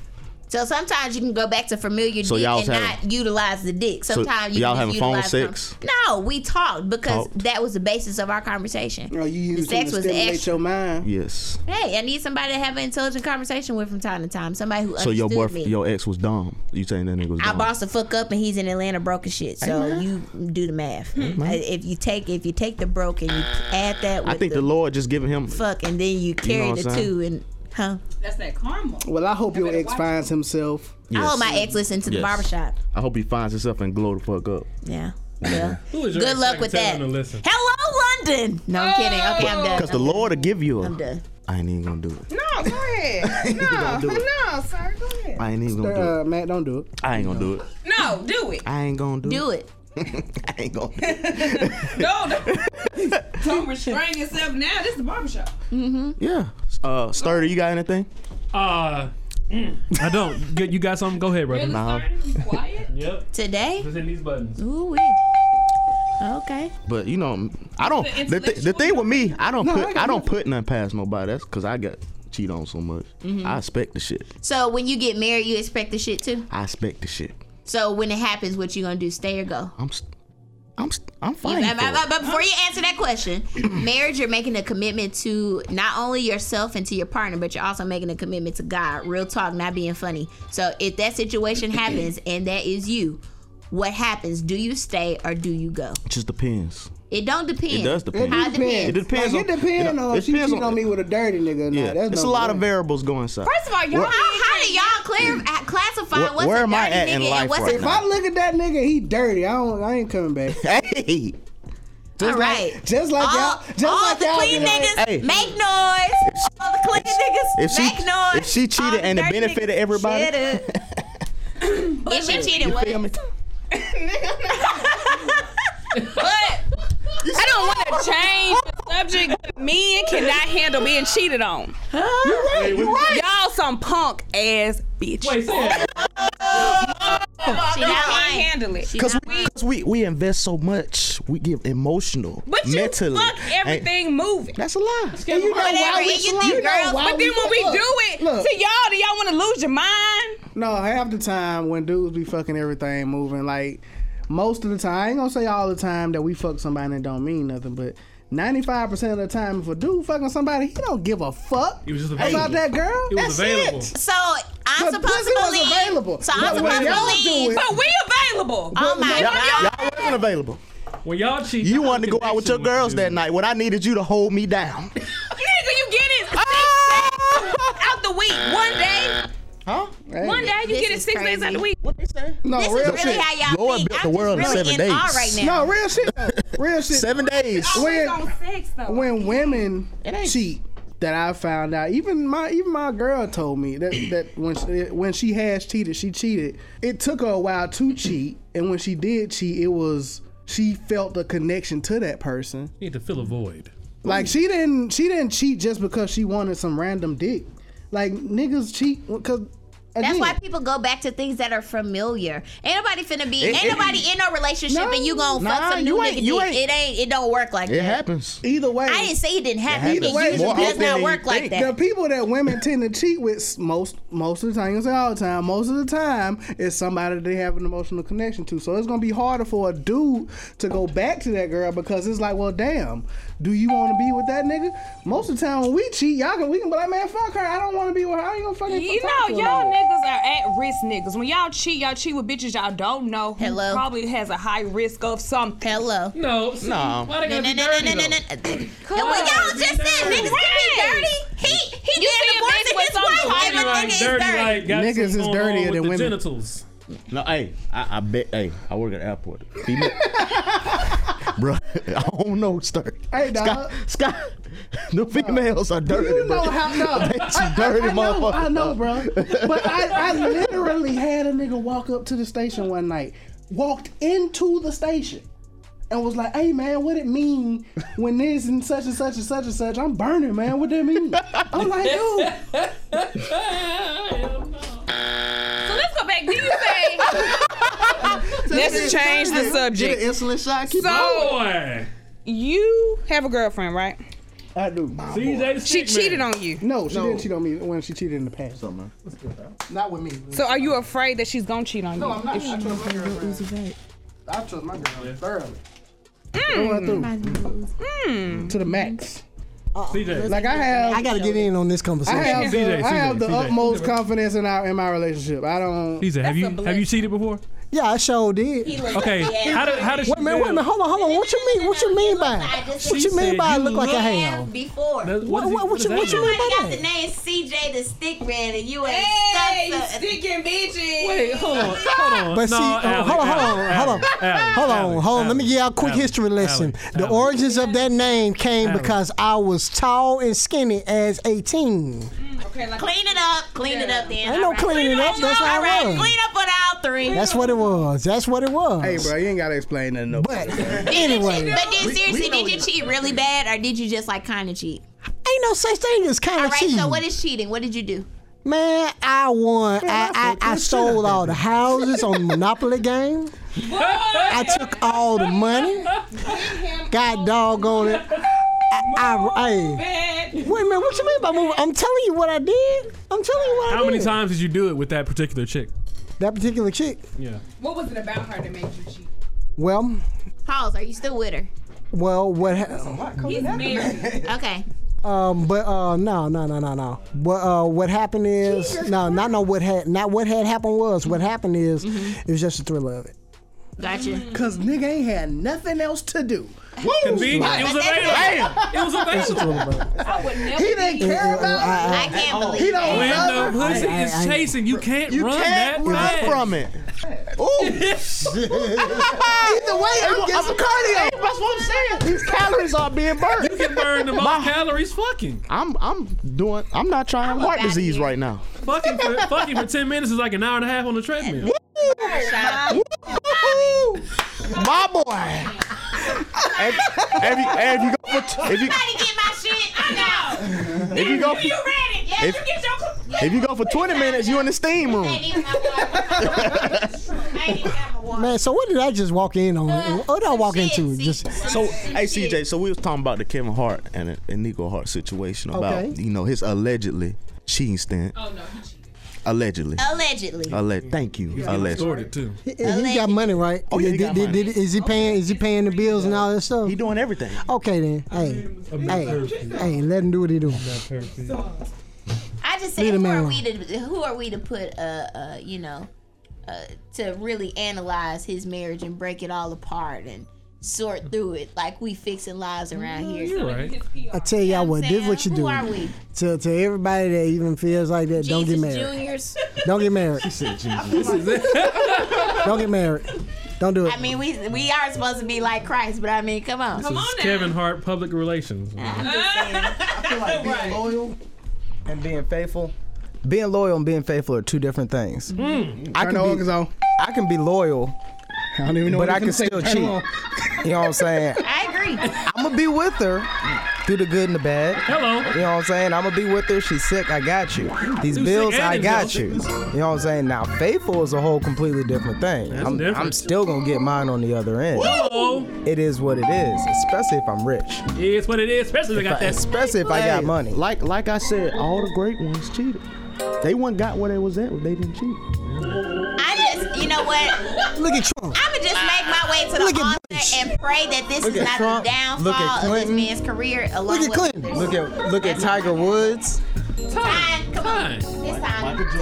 [SPEAKER 3] So sometimes you can go back to familiar
[SPEAKER 6] So
[SPEAKER 3] dick
[SPEAKER 6] y'all
[SPEAKER 3] and
[SPEAKER 6] was having-
[SPEAKER 3] not utilize the dick. Sometimes you
[SPEAKER 6] y'all
[SPEAKER 3] can
[SPEAKER 6] having
[SPEAKER 3] just
[SPEAKER 6] phone
[SPEAKER 3] utilize
[SPEAKER 6] sex?
[SPEAKER 3] com- no, we talked because
[SPEAKER 6] Talked.
[SPEAKER 3] that was the basis of our conversation.
[SPEAKER 2] Bro, Oh, you
[SPEAKER 3] the
[SPEAKER 2] used them
[SPEAKER 3] sex
[SPEAKER 2] to
[SPEAKER 3] was the
[SPEAKER 2] stimulate
[SPEAKER 3] extra.
[SPEAKER 2] your mind.
[SPEAKER 6] Yes.
[SPEAKER 3] Hey, I need somebody to have an intelligent conversation with from time to time. Somebody who
[SPEAKER 6] So your
[SPEAKER 3] understood
[SPEAKER 6] boyfriend,
[SPEAKER 3] me.
[SPEAKER 6] your ex was dumb. You saying that nigga was
[SPEAKER 3] I
[SPEAKER 6] dumb?
[SPEAKER 3] boss the fuck up and he's in Atlanta broke as shit. So you do the math. Uh, If you take if you take the broke and you add that with
[SPEAKER 6] I think
[SPEAKER 3] the,
[SPEAKER 6] the Lord just giving him.
[SPEAKER 3] fuck and then you carry
[SPEAKER 6] what
[SPEAKER 3] the
[SPEAKER 6] I'm
[SPEAKER 3] two and huh.
[SPEAKER 9] That's that karma.
[SPEAKER 2] Well, I hope your ex finds himself.
[SPEAKER 3] I
[SPEAKER 6] Yes.
[SPEAKER 3] hope my ex listened to the
[SPEAKER 6] Yes.
[SPEAKER 3] barbershop.
[SPEAKER 6] I hope he finds himself and glow the fuck up.
[SPEAKER 3] Yeah. Yeah.
[SPEAKER 4] Who is your
[SPEAKER 3] Good
[SPEAKER 4] ex
[SPEAKER 3] luck
[SPEAKER 4] can
[SPEAKER 3] with
[SPEAKER 4] tell
[SPEAKER 3] that.
[SPEAKER 4] him to listen?
[SPEAKER 3] Hello, London. No, I'm kidding. Okay, I'm done.
[SPEAKER 6] Cause the
[SPEAKER 3] I'm
[SPEAKER 6] Lord will give you. A,
[SPEAKER 3] done. I'm done.
[SPEAKER 6] I ain't even gonna do it.
[SPEAKER 9] No, go ahead. No,
[SPEAKER 6] do it.
[SPEAKER 9] no, sir, go ahead.
[SPEAKER 6] I ain't even gonna do it.
[SPEAKER 2] Uh, Matt, don't do it.
[SPEAKER 6] I ain't gonna do it.
[SPEAKER 9] No, do it.
[SPEAKER 6] I ain't gonna do,
[SPEAKER 3] Do it.
[SPEAKER 6] I ain't gonna. Do it.
[SPEAKER 9] No, no. don't restrain yourself now. This is the barbershop.
[SPEAKER 6] Yeah. Uh, Sturdy, you got anything?
[SPEAKER 4] Uh, mm, I don't. Good, you got something? Go ahead, brother.
[SPEAKER 9] Really,
[SPEAKER 6] Nah.
[SPEAKER 9] sir? You quiet?
[SPEAKER 4] Yep.
[SPEAKER 3] Today?
[SPEAKER 4] Just hit these buttons.
[SPEAKER 3] Ooh wee. Okay.
[SPEAKER 6] But you know, I don't.
[SPEAKER 9] The
[SPEAKER 6] The, thi- the thing with me, I don't
[SPEAKER 2] I
[SPEAKER 6] put.
[SPEAKER 2] got
[SPEAKER 6] I, don't put nothing past nobody. That's cause I got cheat on so much.
[SPEAKER 3] Mm-hmm.
[SPEAKER 6] I expect the shit.
[SPEAKER 3] So when you get married, you expect the shit too.
[SPEAKER 6] I expect the shit.
[SPEAKER 3] So when it happens, what you gonna do? Stay or go?
[SPEAKER 6] I'm. St- I'm. St- I'm
[SPEAKER 3] You-
[SPEAKER 6] fine.
[SPEAKER 3] but- but- but before you answer that question, marriage, you're making a commitment to not only yourself and to your partner, but you're also making a commitment to God. Real talk, not being funny. So if that situation happens and that is you, what happens? Do you stay or do you go?
[SPEAKER 6] It just depends.
[SPEAKER 3] It don't depend.
[SPEAKER 6] It does depend.
[SPEAKER 3] How it
[SPEAKER 6] It
[SPEAKER 3] depends.
[SPEAKER 6] depends.
[SPEAKER 2] Like, it
[SPEAKER 6] on,
[SPEAKER 2] depends on,
[SPEAKER 6] it
[SPEAKER 2] if she
[SPEAKER 6] depends
[SPEAKER 2] cheating
[SPEAKER 6] on-
[SPEAKER 2] on me with a dirty nigga. or not.
[SPEAKER 6] Yeah,
[SPEAKER 2] That's
[SPEAKER 6] it's a
[SPEAKER 2] number
[SPEAKER 6] lot of
[SPEAKER 2] one.
[SPEAKER 6] variables going inside.
[SPEAKER 3] First of all, y'all, how, how do y'all clear, at- classify
[SPEAKER 6] Where-
[SPEAKER 3] what's
[SPEAKER 6] where
[SPEAKER 3] a
[SPEAKER 6] am I
[SPEAKER 3] dirty
[SPEAKER 6] at in
[SPEAKER 3] nigga
[SPEAKER 6] life
[SPEAKER 3] and what's
[SPEAKER 6] right
[SPEAKER 3] a
[SPEAKER 2] If I look at that nigga, he dirty. I don't. I ain't coming back.
[SPEAKER 6] hey,
[SPEAKER 3] all right?
[SPEAKER 2] Just like
[SPEAKER 3] all
[SPEAKER 2] y'all. Just
[SPEAKER 3] all
[SPEAKER 2] like
[SPEAKER 3] the
[SPEAKER 2] y'all
[SPEAKER 3] clean
[SPEAKER 2] be like-
[SPEAKER 3] niggas
[SPEAKER 6] Hey.
[SPEAKER 3] make noise. All the clean niggas
[SPEAKER 6] if she
[SPEAKER 3] make noise.
[SPEAKER 6] if she
[SPEAKER 3] All
[SPEAKER 6] cheated
[SPEAKER 3] the
[SPEAKER 6] and it
[SPEAKER 3] dirty
[SPEAKER 6] benefited
[SPEAKER 3] niggas-
[SPEAKER 6] everybody,
[SPEAKER 3] Shut up. if she cheated, what?
[SPEAKER 6] feel me?
[SPEAKER 9] But I don't want to change the subject. but Men cannot handle being cheated on. Y'all some punk ass bitch.
[SPEAKER 4] Wait, say that.
[SPEAKER 3] She
[SPEAKER 9] you
[SPEAKER 3] not
[SPEAKER 9] can't
[SPEAKER 3] lying.
[SPEAKER 9] handle it.
[SPEAKER 6] Cause we, cause we we invest so much, we give emotional,
[SPEAKER 9] But you
[SPEAKER 6] mentally.
[SPEAKER 9] fuck
[SPEAKER 6] Ain't-
[SPEAKER 9] everything moving.
[SPEAKER 6] that's a lie.
[SPEAKER 2] And you know why
[SPEAKER 3] Whatever,
[SPEAKER 2] we
[SPEAKER 3] and you
[SPEAKER 2] you
[SPEAKER 3] think
[SPEAKER 2] know
[SPEAKER 3] girls-
[SPEAKER 2] why
[SPEAKER 9] But then when we
[SPEAKER 2] fuck.
[SPEAKER 9] do it
[SPEAKER 2] Look.
[SPEAKER 9] to y'all, do y'all want to lose your mind?
[SPEAKER 2] No, half the time when dudes be fucking everything moving, like most of the time, I ain't gonna say all the time that we fuck somebody and don't mean nothing, but ninety five percent of the time, if a dude fucking somebody, he don't give a fuck
[SPEAKER 4] He was just
[SPEAKER 2] about
[SPEAKER 4] available.
[SPEAKER 2] that girl.
[SPEAKER 4] It was
[SPEAKER 2] That's
[SPEAKER 4] available.
[SPEAKER 2] It.
[SPEAKER 3] So I'm
[SPEAKER 2] The
[SPEAKER 3] supposed
[SPEAKER 2] pussy
[SPEAKER 3] to
[SPEAKER 2] was
[SPEAKER 3] believe.
[SPEAKER 2] available.
[SPEAKER 3] So I'm
[SPEAKER 2] But when
[SPEAKER 3] supposed to
[SPEAKER 2] y'all do
[SPEAKER 3] believe.
[SPEAKER 2] it-
[SPEAKER 9] But we available.
[SPEAKER 2] Uh,
[SPEAKER 3] Oh my god.
[SPEAKER 6] Y'all wasn't available.
[SPEAKER 4] When y'all cheat,
[SPEAKER 6] You
[SPEAKER 4] y'all
[SPEAKER 6] wanted to go out with your
[SPEAKER 4] connection what
[SPEAKER 6] girls
[SPEAKER 4] you do.
[SPEAKER 6] that night when I needed you to hold me down.
[SPEAKER 9] Nigga, you get it six
[SPEAKER 2] Ah!
[SPEAKER 9] days out the week. One day,
[SPEAKER 6] Huh?
[SPEAKER 9] one day you
[SPEAKER 3] This
[SPEAKER 9] get it
[SPEAKER 3] is
[SPEAKER 9] six days out
[SPEAKER 3] crazy.
[SPEAKER 9] the week.
[SPEAKER 6] What they say?
[SPEAKER 2] No,
[SPEAKER 3] This
[SPEAKER 2] real
[SPEAKER 3] is really
[SPEAKER 2] shit.
[SPEAKER 3] how y'all
[SPEAKER 6] Lord
[SPEAKER 3] think.
[SPEAKER 6] built
[SPEAKER 3] I'm
[SPEAKER 6] the world in
[SPEAKER 3] just really
[SPEAKER 6] seven
[SPEAKER 3] in
[SPEAKER 6] days.
[SPEAKER 3] awe right now.
[SPEAKER 2] No, real shit. though. Real shit.
[SPEAKER 6] Seven days.
[SPEAKER 2] When-
[SPEAKER 9] on sex though.
[SPEAKER 2] when women cheat that I found out even my even my girl told me that that when she, when she has cheated she cheated it took her a while to cheat and when she did cheat it was she felt a connection to that person
[SPEAKER 4] You need to fill a void.
[SPEAKER 2] like she didn't she didn't cheat just because she wanted some random dick like niggas cheat because
[SPEAKER 3] That's why people go back to things that are familiar. Ain't nobody finna be, ain't
[SPEAKER 6] it-
[SPEAKER 3] nobody in no relationship
[SPEAKER 2] No,
[SPEAKER 3] and you gonna
[SPEAKER 6] nah,
[SPEAKER 3] fuck some
[SPEAKER 6] you
[SPEAKER 3] new
[SPEAKER 6] ain't-
[SPEAKER 3] nigga
[SPEAKER 6] you
[SPEAKER 3] dick.
[SPEAKER 6] ain't-
[SPEAKER 3] It ain't, it don't work like
[SPEAKER 6] It
[SPEAKER 3] that.
[SPEAKER 6] happens.
[SPEAKER 2] either way
[SPEAKER 3] I didn't say it didn't happen.
[SPEAKER 6] happens.
[SPEAKER 3] It
[SPEAKER 2] Either way,
[SPEAKER 3] usually
[SPEAKER 2] more
[SPEAKER 3] does
[SPEAKER 6] often than
[SPEAKER 3] not
[SPEAKER 6] you
[SPEAKER 3] work like
[SPEAKER 6] think.
[SPEAKER 3] that.
[SPEAKER 2] the people that women tend to cheat with s- most most of the time, you say all the time, most of the time is somebody they have an emotional connection to. So it's gonna be harder for a dude to go back to that girl because it's like, well, damn, do you want to be with that nigga? Most of the time when we cheat, y'all can we can be like, man, fuck her, I don't want to be with her. I ain't gonna fucking.
[SPEAKER 9] You
[SPEAKER 2] talk
[SPEAKER 9] know,
[SPEAKER 2] to her no
[SPEAKER 9] y'all
[SPEAKER 2] more."
[SPEAKER 9] niggas are at risk niggas. When y'all cheat, y'all cheat with bitches y'all don't know who
[SPEAKER 3] Hello?
[SPEAKER 9] probably has a high risk of something.
[SPEAKER 3] Hello.
[SPEAKER 4] No, see,
[SPEAKER 6] No.
[SPEAKER 4] Why they
[SPEAKER 3] No, no,
[SPEAKER 4] gotta be
[SPEAKER 3] no, no,
[SPEAKER 4] dirty
[SPEAKER 3] no, no,
[SPEAKER 4] though?
[SPEAKER 3] no. And what y'all just said, niggas can be dirty. He he
[SPEAKER 9] You
[SPEAKER 3] did
[SPEAKER 9] see a
[SPEAKER 3] divorce
[SPEAKER 9] bitch
[SPEAKER 3] and
[SPEAKER 9] with
[SPEAKER 3] his
[SPEAKER 9] some
[SPEAKER 3] wife
[SPEAKER 9] dirty,
[SPEAKER 3] and the
[SPEAKER 4] Like,
[SPEAKER 3] nigga is
[SPEAKER 4] dirty,
[SPEAKER 3] dirty.
[SPEAKER 4] like, got
[SPEAKER 2] Niggas
[SPEAKER 4] something
[SPEAKER 2] is
[SPEAKER 4] going on
[SPEAKER 2] dirtier
[SPEAKER 4] with
[SPEAKER 2] than
[SPEAKER 4] the
[SPEAKER 2] women.
[SPEAKER 4] Genitals.
[SPEAKER 6] No, hey, I, I bet. Hey, I work at the airport. Female. Bruh, I don't know, sir.
[SPEAKER 2] Hey,
[SPEAKER 6] Scott,
[SPEAKER 2] dog.
[SPEAKER 6] Scott, the females are dirty.
[SPEAKER 2] You know
[SPEAKER 6] bruh.
[SPEAKER 2] how no,
[SPEAKER 6] They some
[SPEAKER 2] I- I-
[SPEAKER 6] dirty
[SPEAKER 2] I, know,
[SPEAKER 6] motherfuckers,
[SPEAKER 2] I know,
[SPEAKER 6] dog.
[SPEAKER 2] bro. But I, I literally had a nigga walk up to the station one night, walked into the station, and was like, "Hey, man, what it mean when this and such and such and such and such? I'm burning, man. What that mean?" I'm like, "Dude,
[SPEAKER 9] So let's go back. Did you say? let's change the subject.
[SPEAKER 6] insulin shot. Keep
[SPEAKER 9] So
[SPEAKER 4] Boy.
[SPEAKER 9] you have a girlfriend, right?
[SPEAKER 2] I do.
[SPEAKER 4] CJ
[SPEAKER 9] She
[SPEAKER 4] Stickman.
[SPEAKER 9] cheated on you.
[SPEAKER 2] No, she didn't cheat on me when she cheated in the past.
[SPEAKER 6] Something, man.
[SPEAKER 2] Not with me.
[SPEAKER 9] So are you afraid that she's gonna cheat on you?
[SPEAKER 2] No, I'm not. I trust my girl. I trust my girl thoroughly. Going through to the max.
[SPEAKER 4] CJ.
[SPEAKER 2] Like I have.
[SPEAKER 1] I gotta get in on this
[SPEAKER 2] I
[SPEAKER 1] conversation.
[SPEAKER 2] have the,
[SPEAKER 4] CJ,
[SPEAKER 2] I have the
[SPEAKER 4] CJ.
[SPEAKER 2] utmost confidence in our in my relationship. I don't.
[SPEAKER 4] CJ, have you have you cheated before?
[SPEAKER 1] yeah, I sure did. Wait
[SPEAKER 4] Okay. How did how did she
[SPEAKER 1] a minute, wait a minute, hold on, hold on. What you mean? What you mean by? What you mean by I look like a ham?
[SPEAKER 3] before.
[SPEAKER 4] That's-
[SPEAKER 1] What-
[SPEAKER 4] is he-
[SPEAKER 1] what- what
[SPEAKER 4] is
[SPEAKER 1] you-
[SPEAKER 4] that
[SPEAKER 1] what you
[SPEAKER 4] even?
[SPEAKER 1] mean?
[SPEAKER 3] Somebody got the name CJ the Stick Man, and you ain't
[SPEAKER 9] Hey,
[SPEAKER 3] stuck to-
[SPEAKER 9] sticking bitches.
[SPEAKER 4] Wait, hold on, hold on.
[SPEAKER 1] But see,
[SPEAKER 4] No,
[SPEAKER 1] oh, hold on, hold on, hold on.
[SPEAKER 4] Alex,
[SPEAKER 1] Hold on,
[SPEAKER 4] Alex,
[SPEAKER 1] hold on. Let me
[SPEAKER 4] Alex,
[SPEAKER 1] give y'all a quick
[SPEAKER 4] Alex,
[SPEAKER 1] history lesson.
[SPEAKER 4] Alex,
[SPEAKER 1] the
[SPEAKER 4] Alex.
[SPEAKER 1] origins of that name came
[SPEAKER 4] Alex.
[SPEAKER 1] because I was tall and skinny as 18.
[SPEAKER 9] Okay, like
[SPEAKER 3] Clean it up, clean it up. Then
[SPEAKER 1] Ain't no
[SPEAKER 3] All right.
[SPEAKER 1] cleaning
[SPEAKER 3] Clean
[SPEAKER 1] up, that's
[SPEAKER 3] up,
[SPEAKER 1] how
[SPEAKER 3] all
[SPEAKER 1] it
[SPEAKER 3] right.
[SPEAKER 1] was.
[SPEAKER 3] Clean up on aisle three.
[SPEAKER 1] That's what it was. That's what it was.
[SPEAKER 2] Hey, bro, you ain't gotta explain nothing. No.
[SPEAKER 1] But
[SPEAKER 3] Did you-
[SPEAKER 1] anyway,
[SPEAKER 3] but then seriously, did you cheat really bad, or did you just like kind of cheat?
[SPEAKER 1] ain't no such thing as kind
[SPEAKER 3] All
[SPEAKER 1] of
[SPEAKER 3] right.
[SPEAKER 1] cheating.
[SPEAKER 3] So what is cheating? What did you do?
[SPEAKER 1] Man, I won. I, I, I sold all the houses on the Monopoly game. I took all the money. God doggone it. I, I, hey. Wait a minute, what you mean by moving? I'm telling you what I did. I'm telling you what I
[SPEAKER 4] How many
[SPEAKER 1] did.
[SPEAKER 4] times did you do it with that particular chick?
[SPEAKER 1] That particular chick.
[SPEAKER 4] Yeah.
[SPEAKER 9] what was it about her that made you cheat?
[SPEAKER 1] Well,
[SPEAKER 3] Pause. Are you still with her?
[SPEAKER 1] well, what? Ha-
[SPEAKER 9] He's married.
[SPEAKER 3] Okay.
[SPEAKER 1] um, but uh, no, no, no, no, no. What uh, what happened is no, not no. What had not what had happened was what happened is it was just the thrill of it.
[SPEAKER 3] Gotcha.
[SPEAKER 2] Cause nigga ain't had nothing else to do.
[SPEAKER 4] Convenient. It was available. It was available.
[SPEAKER 9] I would never.
[SPEAKER 2] He didn't care about.
[SPEAKER 3] I
[SPEAKER 6] Oh,
[SPEAKER 3] can't believe.
[SPEAKER 2] He
[SPEAKER 3] it.
[SPEAKER 2] don't
[SPEAKER 4] When
[SPEAKER 2] love.
[SPEAKER 4] the pussy
[SPEAKER 1] I-
[SPEAKER 4] is
[SPEAKER 1] I-
[SPEAKER 4] chasing, you can't
[SPEAKER 6] You
[SPEAKER 4] run
[SPEAKER 6] can't
[SPEAKER 4] that
[SPEAKER 6] run
[SPEAKER 4] fast.
[SPEAKER 6] from it.
[SPEAKER 2] Either way, I'm getting cardio.
[SPEAKER 6] That's what I'm saying. These calories are being burned.
[SPEAKER 4] You can burn the most calories fucking.
[SPEAKER 6] I'm I'm doing. I'm not trying
[SPEAKER 3] I'm
[SPEAKER 6] heart
[SPEAKER 3] up outta
[SPEAKER 6] disease
[SPEAKER 3] here.
[SPEAKER 6] right now.
[SPEAKER 4] Fucking for, fucking for 10 minutes is like an hour and a half on the treadmill.
[SPEAKER 6] My boy. if, if, you, if you go for t- if you
[SPEAKER 3] Somebody get my shit. I
[SPEAKER 6] if you go
[SPEAKER 3] know. You
[SPEAKER 6] for,
[SPEAKER 3] ready? Yeah.
[SPEAKER 6] If-
[SPEAKER 3] you get your. cl- Yeah.
[SPEAKER 6] if you go for 20 minutes, you in the steam
[SPEAKER 3] I
[SPEAKER 6] room.
[SPEAKER 3] ain't even got my water. I ain't even got my water.
[SPEAKER 1] Man, so what did I just walk in on? What did I walk
[SPEAKER 3] Uh, Shit,
[SPEAKER 1] into?
[SPEAKER 3] see,
[SPEAKER 1] Just
[SPEAKER 6] So,
[SPEAKER 3] some
[SPEAKER 6] hey
[SPEAKER 3] shit.
[SPEAKER 6] CJ, so we was talking about the Kevin Hart and, and Nico Hart situation about
[SPEAKER 1] Okay.
[SPEAKER 6] you know his allegedly cheating stint.
[SPEAKER 9] Oh no, he cheated.
[SPEAKER 6] Allegedly,
[SPEAKER 3] Allegedly.
[SPEAKER 1] Uh,
[SPEAKER 6] Alleg- Thank you. Allegedly,
[SPEAKER 4] Stored it too.
[SPEAKER 1] he got money, right?
[SPEAKER 6] Oh, yeah, he
[SPEAKER 1] Did-
[SPEAKER 6] got
[SPEAKER 1] did-
[SPEAKER 6] money.
[SPEAKER 1] did- is he paying? Is he paying the bills and all that stuff?
[SPEAKER 6] he doing everything.
[SPEAKER 1] Okay then. Hey, hey, hey, let him do what he do.
[SPEAKER 3] I just
[SPEAKER 1] Leave
[SPEAKER 3] said,
[SPEAKER 1] the
[SPEAKER 3] who
[SPEAKER 1] man
[SPEAKER 3] are we to who are we to put uh uh you know uh to really analyze his marriage and break it all apart and sort through it like we fixing lives around here.
[SPEAKER 4] You're right.
[SPEAKER 1] I tell y'all what, this what you
[SPEAKER 3] who
[SPEAKER 1] do.
[SPEAKER 3] are we?
[SPEAKER 1] To to everybody that even feels like that, don't get
[SPEAKER 3] Jesus
[SPEAKER 1] married.
[SPEAKER 3] Juniors.
[SPEAKER 1] Don't get married. don't get married. Don't do it.
[SPEAKER 3] I mean, we we are supposed to be like Christ, but I mean, come on.
[SPEAKER 4] This is Kevin Hart Public Relations.
[SPEAKER 10] being loyal and being faithful. Being loyal and being faithful are two different
[SPEAKER 2] Mm.
[SPEAKER 10] things. I
[SPEAKER 2] Turn the
[SPEAKER 10] can
[SPEAKER 2] organs
[SPEAKER 10] be,
[SPEAKER 2] on.
[SPEAKER 10] I can be loyal,
[SPEAKER 2] I don't even know.
[SPEAKER 10] but
[SPEAKER 2] what
[SPEAKER 10] I
[SPEAKER 2] he
[SPEAKER 10] can
[SPEAKER 2] say.
[SPEAKER 10] still
[SPEAKER 2] Turn
[SPEAKER 10] cheat.
[SPEAKER 2] on.
[SPEAKER 10] You know what I'm saying?
[SPEAKER 3] I agree.
[SPEAKER 10] I'm gonna be with her through the good and the bad.
[SPEAKER 4] Hello.
[SPEAKER 10] You know what I'm saying? I'm gonna be with her. She's sick. I got you. These
[SPEAKER 4] Dude,
[SPEAKER 10] bills,
[SPEAKER 4] sick and
[SPEAKER 10] I
[SPEAKER 4] in
[SPEAKER 10] got
[SPEAKER 4] jail.
[SPEAKER 10] you. You know what I'm saying? Now, faithful is a whole completely different thing. I'm,
[SPEAKER 4] different.
[SPEAKER 10] I'm still gonna get mine on the other end.
[SPEAKER 4] Hello.
[SPEAKER 10] It is what it is, especially if I'm rich.
[SPEAKER 4] It's what it is. Especially if I got that.
[SPEAKER 10] Especially if I got
[SPEAKER 6] Hey,
[SPEAKER 10] money.
[SPEAKER 6] Like like I said, all the great ones cheated. They one got where they was at, but they didn't cheat.
[SPEAKER 3] I just, you know what?
[SPEAKER 1] Look at Trump.
[SPEAKER 3] I'm gonna just make my way to the
[SPEAKER 1] Look at
[SPEAKER 3] altar and pray that this
[SPEAKER 10] Look
[SPEAKER 3] is
[SPEAKER 10] at
[SPEAKER 3] not
[SPEAKER 10] Trump.
[SPEAKER 3] the
[SPEAKER 10] Look at
[SPEAKER 3] downfall of this
[SPEAKER 10] Clinton.
[SPEAKER 3] man's career. Along
[SPEAKER 1] Look at
[SPEAKER 3] with
[SPEAKER 1] Clinton.
[SPEAKER 3] others.
[SPEAKER 10] Look at look at Tiger Woods.
[SPEAKER 3] Time, come on. It's time. Time is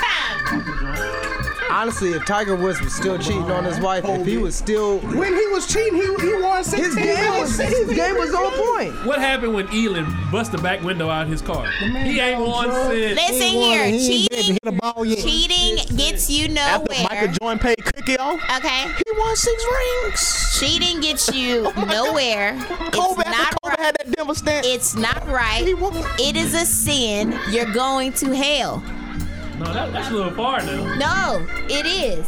[SPEAKER 3] time.
[SPEAKER 10] Honestly, if Tiger Woods was still cheating on his wife, if he was still
[SPEAKER 2] When he was cheating, he he won sixteen.
[SPEAKER 10] his game was his game was on point.
[SPEAKER 4] What happened when Elon bust the back window out of his car? He ain't one cent.
[SPEAKER 3] Listen
[SPEAKER 1] He ain't won
[SPEAKER 3] here,
[SPEAKER 1] it. He ain't
[SPEAKER 3] cheating,
[SPEAKER 1] been to hit a ball yet.
[SPEAKER 3] cheating gets you
[SPEAKER 6] After
[SPEAKER 3] nowhere.
[SPEAKER 6] Michael Jordan paid Cookie off,
[SPEAKER 3] Okay,
[SPEAKER 6] he won six rings. Oh
[SPEAKER 3] cheating gets you nowhere.
[SPEAKER 6] Kobe,
[SPEAKER 3] It's
[SPEAKER 6] after
[SPEAKER 3] not
[SPEAKER 6] Kobe
[SPEAKER 3] right.
[SPEAKER 6] had that Denver stint.
[SPEAKER 3] It's not
[SPEAKER 6] he
[SPEAKER 3] right.
[SPEAKER 6] won.
[SPEAKER 3] It is a sin. You're going to hell.
[SPEAKER 4] No, that, that's a little far now.
[SPEAKER 3] No, it is.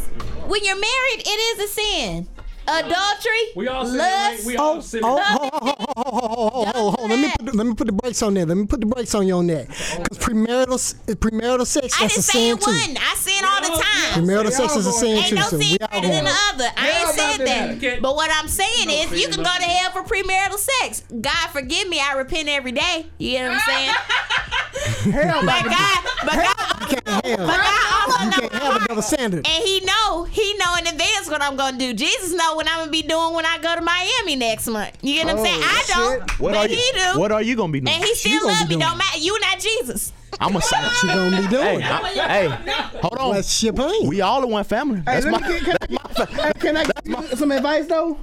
[SPEAKER 3] When you're married, it is a sin. Adultery,
[SPEAKER 4] We all sin.
[SPEAKER 3] lust.
[SPEAKER 4] We
[SPEAKER 1] Oh,
[SPEAKER 4] all sin.
[SPEAKER 1] oh, ho, ho, ho, ho, ho, ho, ho, ho, ho. Let me put put let me put the brakes on that. Let me put the brakes on you on that. Because premarital s- premarital sex
[SPEAKER 3] I
[SPEAKER 1] that's a
[SPEAKER 3] didn't say
[SPEAKER 1] sin
[SPEAKER 3] it
[SPEAKER 1] too.
[SPEAKER 3] wasn't. I sin all the time.
[SPEAKER 1] Premarital sex is a sin
[SPEAKER 3] Ain't
[SPEAKER 1] too.
[SPEAKER 3] no sin
[SPEAKER 1] so we all
[SPEAKER 3] greater than the
[SPEAKER 1] going.
[SPEAKER 3] other. I ain't said that. But what I'm saying is, you can go to hell for premarital sex. God forgive me, I repent every day. You know what I'm saying?
[SPEAKER 1] Hell,
[SPEAKER 3] But
[SPEAKER 1] you
[SPEAKER 3] God, but God,
[SPEAKER 1] can't have.
[SPEAKER 3] but God also
[SPEAKER 1] You
[SPEAKER 3] knows
[SPEAKER 1] can't have another standard.
[SPEAKER 3] And he know, he know in advance what I'm gonna do. Jesus know what I'm gonna be doing when I go to Miami next month. You get what I'm saying? I don't,
[SPEAKER 6] What
[SPEAKER 3] but
[SPEAKER 6] are
[SPEAKER 3] he
[SPEAKER 6] you?
[SPEAKER 3] do.
[SPEAKER 6] What are you gonna be doing?
[SPEAKER 3] and he still
[SPEAKER 1] gonna
[SPEAKER 3] love
[SPEAKER 1] be
[SPEAKER 3] me.
[SPEAKER 1] doing?
[SPEAKER 3] Don't matter. You not Jesus.
[SPEAKER 6] I'm a son.
[SPEAKER 1] She gonna be
[SPEAKER 6] Hey,
[SPEAKER 1] doing.
[SPEAKER 6] I- hey, hold on.
[SPEAKER 1] That's shit ain't.
[SPEAKER 6] We all in one family.
[SPEAKER 2] Hey,
[SPEAKER 6] That's
[SPEAKER 2] let
[SPEAKER 6] my.
[SPEAKER 2] me get, can, I, hey, can I give you some advice though?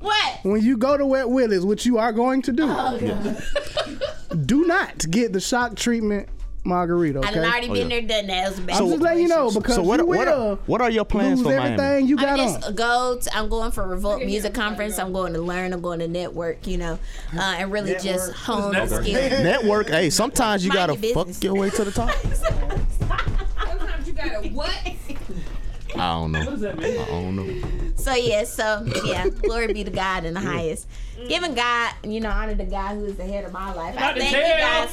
[SPEAKER 3] What?
[SPEAKER 2] When you go to Wet Willie's, which you are going to do,
[SPEAKER 3] Oh,
[SPEAKER 2] do not get the shock treatment margarita.
[SPEAKER 3] I
[SPEAKER 2] Okay?
[SPEAKER 3] done already
[SPEAKER 6] Oh,
[SPEAKER 3] been
[SPEAKER 6] yeah.
[SPEAKER 3] there, done that. It was a bad
[SPEAKER 2] I'm just letting you know because
[SPEAKER 6] so what?
[SPEAKER 2] you
[SPEAKER 6] what,
[SPEAKER 2] will
[SPEAKER 6] are, what are your plans
[SPEAKER 2] lose
[SPEAKER 6] for
[SPEAKER 2] everything
[SPEAKER 6] Miami?
[SPEAKER 2] you got
[SPEAKER 3] I'm
[SPEAKER 2] on.
[SPEAKER 3] just go. To, I'm going for Revolt Music Conference. I'm going to learn. I'm going to network. You know, uh, and really just hone the
[SPEAKER 4] Network.
[SPEAKER 3] skills.
[SPEAKER 6] Network. Hey, sometimes you
[SPEAKER 3] Mind
[SPEAKER 6] gotta
[SPEAKER 3] your business.
[SPEAKER 6] fuck your way to the top.
[SPEAKER 9] Sometimes you gotta what?
[SPEAKER 6] I don't know.
[SPEAKER 4] that mean?
[SPEAKER 6] I don't know.
[SPEAKER 3] So yeah, so yeah, glory be to God in the highest. Giving God, you know, honor to God who is the head of my life. I
[SPEAKER 4] Not the Mm.
[SPEAKER 3] thank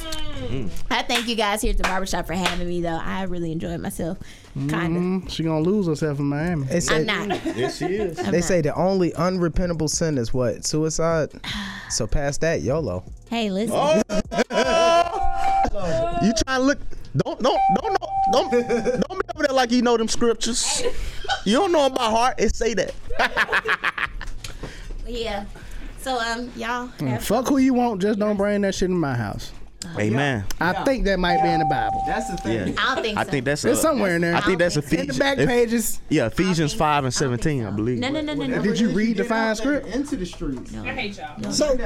[SPEAKER 4] tail.
[SPEAKER 3] you guys. I thank you guys here at the barbershop for having me though. I really enjoyed myself.
[SPEAKER 1] Mm-hmm.
[SPEAKER 3] Kinda.
[SPEAKER 2] Mm, she gonna lose herself in Miami.
[SPEAKER 10] They say,
[SPEAKER 3] I'm not.
[SPEAKER 6] Yes, she is.
[SPEAKER 10] They say the only unrepentable sin is what? Suicide. So past that, YOLO.
[SPEAKER 3] Hey, listen.
[SPEAKER 4] Oh.
[SPEAKER 6] You trying to look? Don't don't don't know don't don't be over there like you know them scriptures. You don't know them by heart. It say that.
[SPEAKER 3] Yeah. So um y'all have
[SPEAKER 2] Fuck who you want, just don't bring that shit in my house.
[SPEAKER 6] Amen.
[SPEAKER 2] I think that might be in the Bible.
[SPEAKER 10] That's the thing.
[SPEAKER 6] Yeah.
[SPEAKER 3] I don't think
[SPEAKER 6] I
[SPEAKER 3] so.
[SPEAKER 6] think that's
[SPEAKER 2] It's
[SPEAKER 6] a-
[SPEAKER 2] somewhere in there.
[SPEAKER 6] I think that's
[SPEAKER 3] I don't think
[SPEAKER 2] In the
[SPEAKER 6] Ephesians.
[SPEAKER 2] back pages.
[SPEAKER 6] Yeah, Ephesians
[SPEAKER 3] think-
[SPEAKER 6] five and
[SPEAKER 3] I don't think
[SPEAKER 6] seventeen, I
[SPEAKER 3] so.
[SPEAKER 6] believe.
[SPEAKER 3] No, no, no, no, no.
[SPEAKER 2] Did you read the fine script?
[SPEAKER 5] Into the streets.
[SPEAKER 9] I hate y'all.
[SPEAKER 1] So,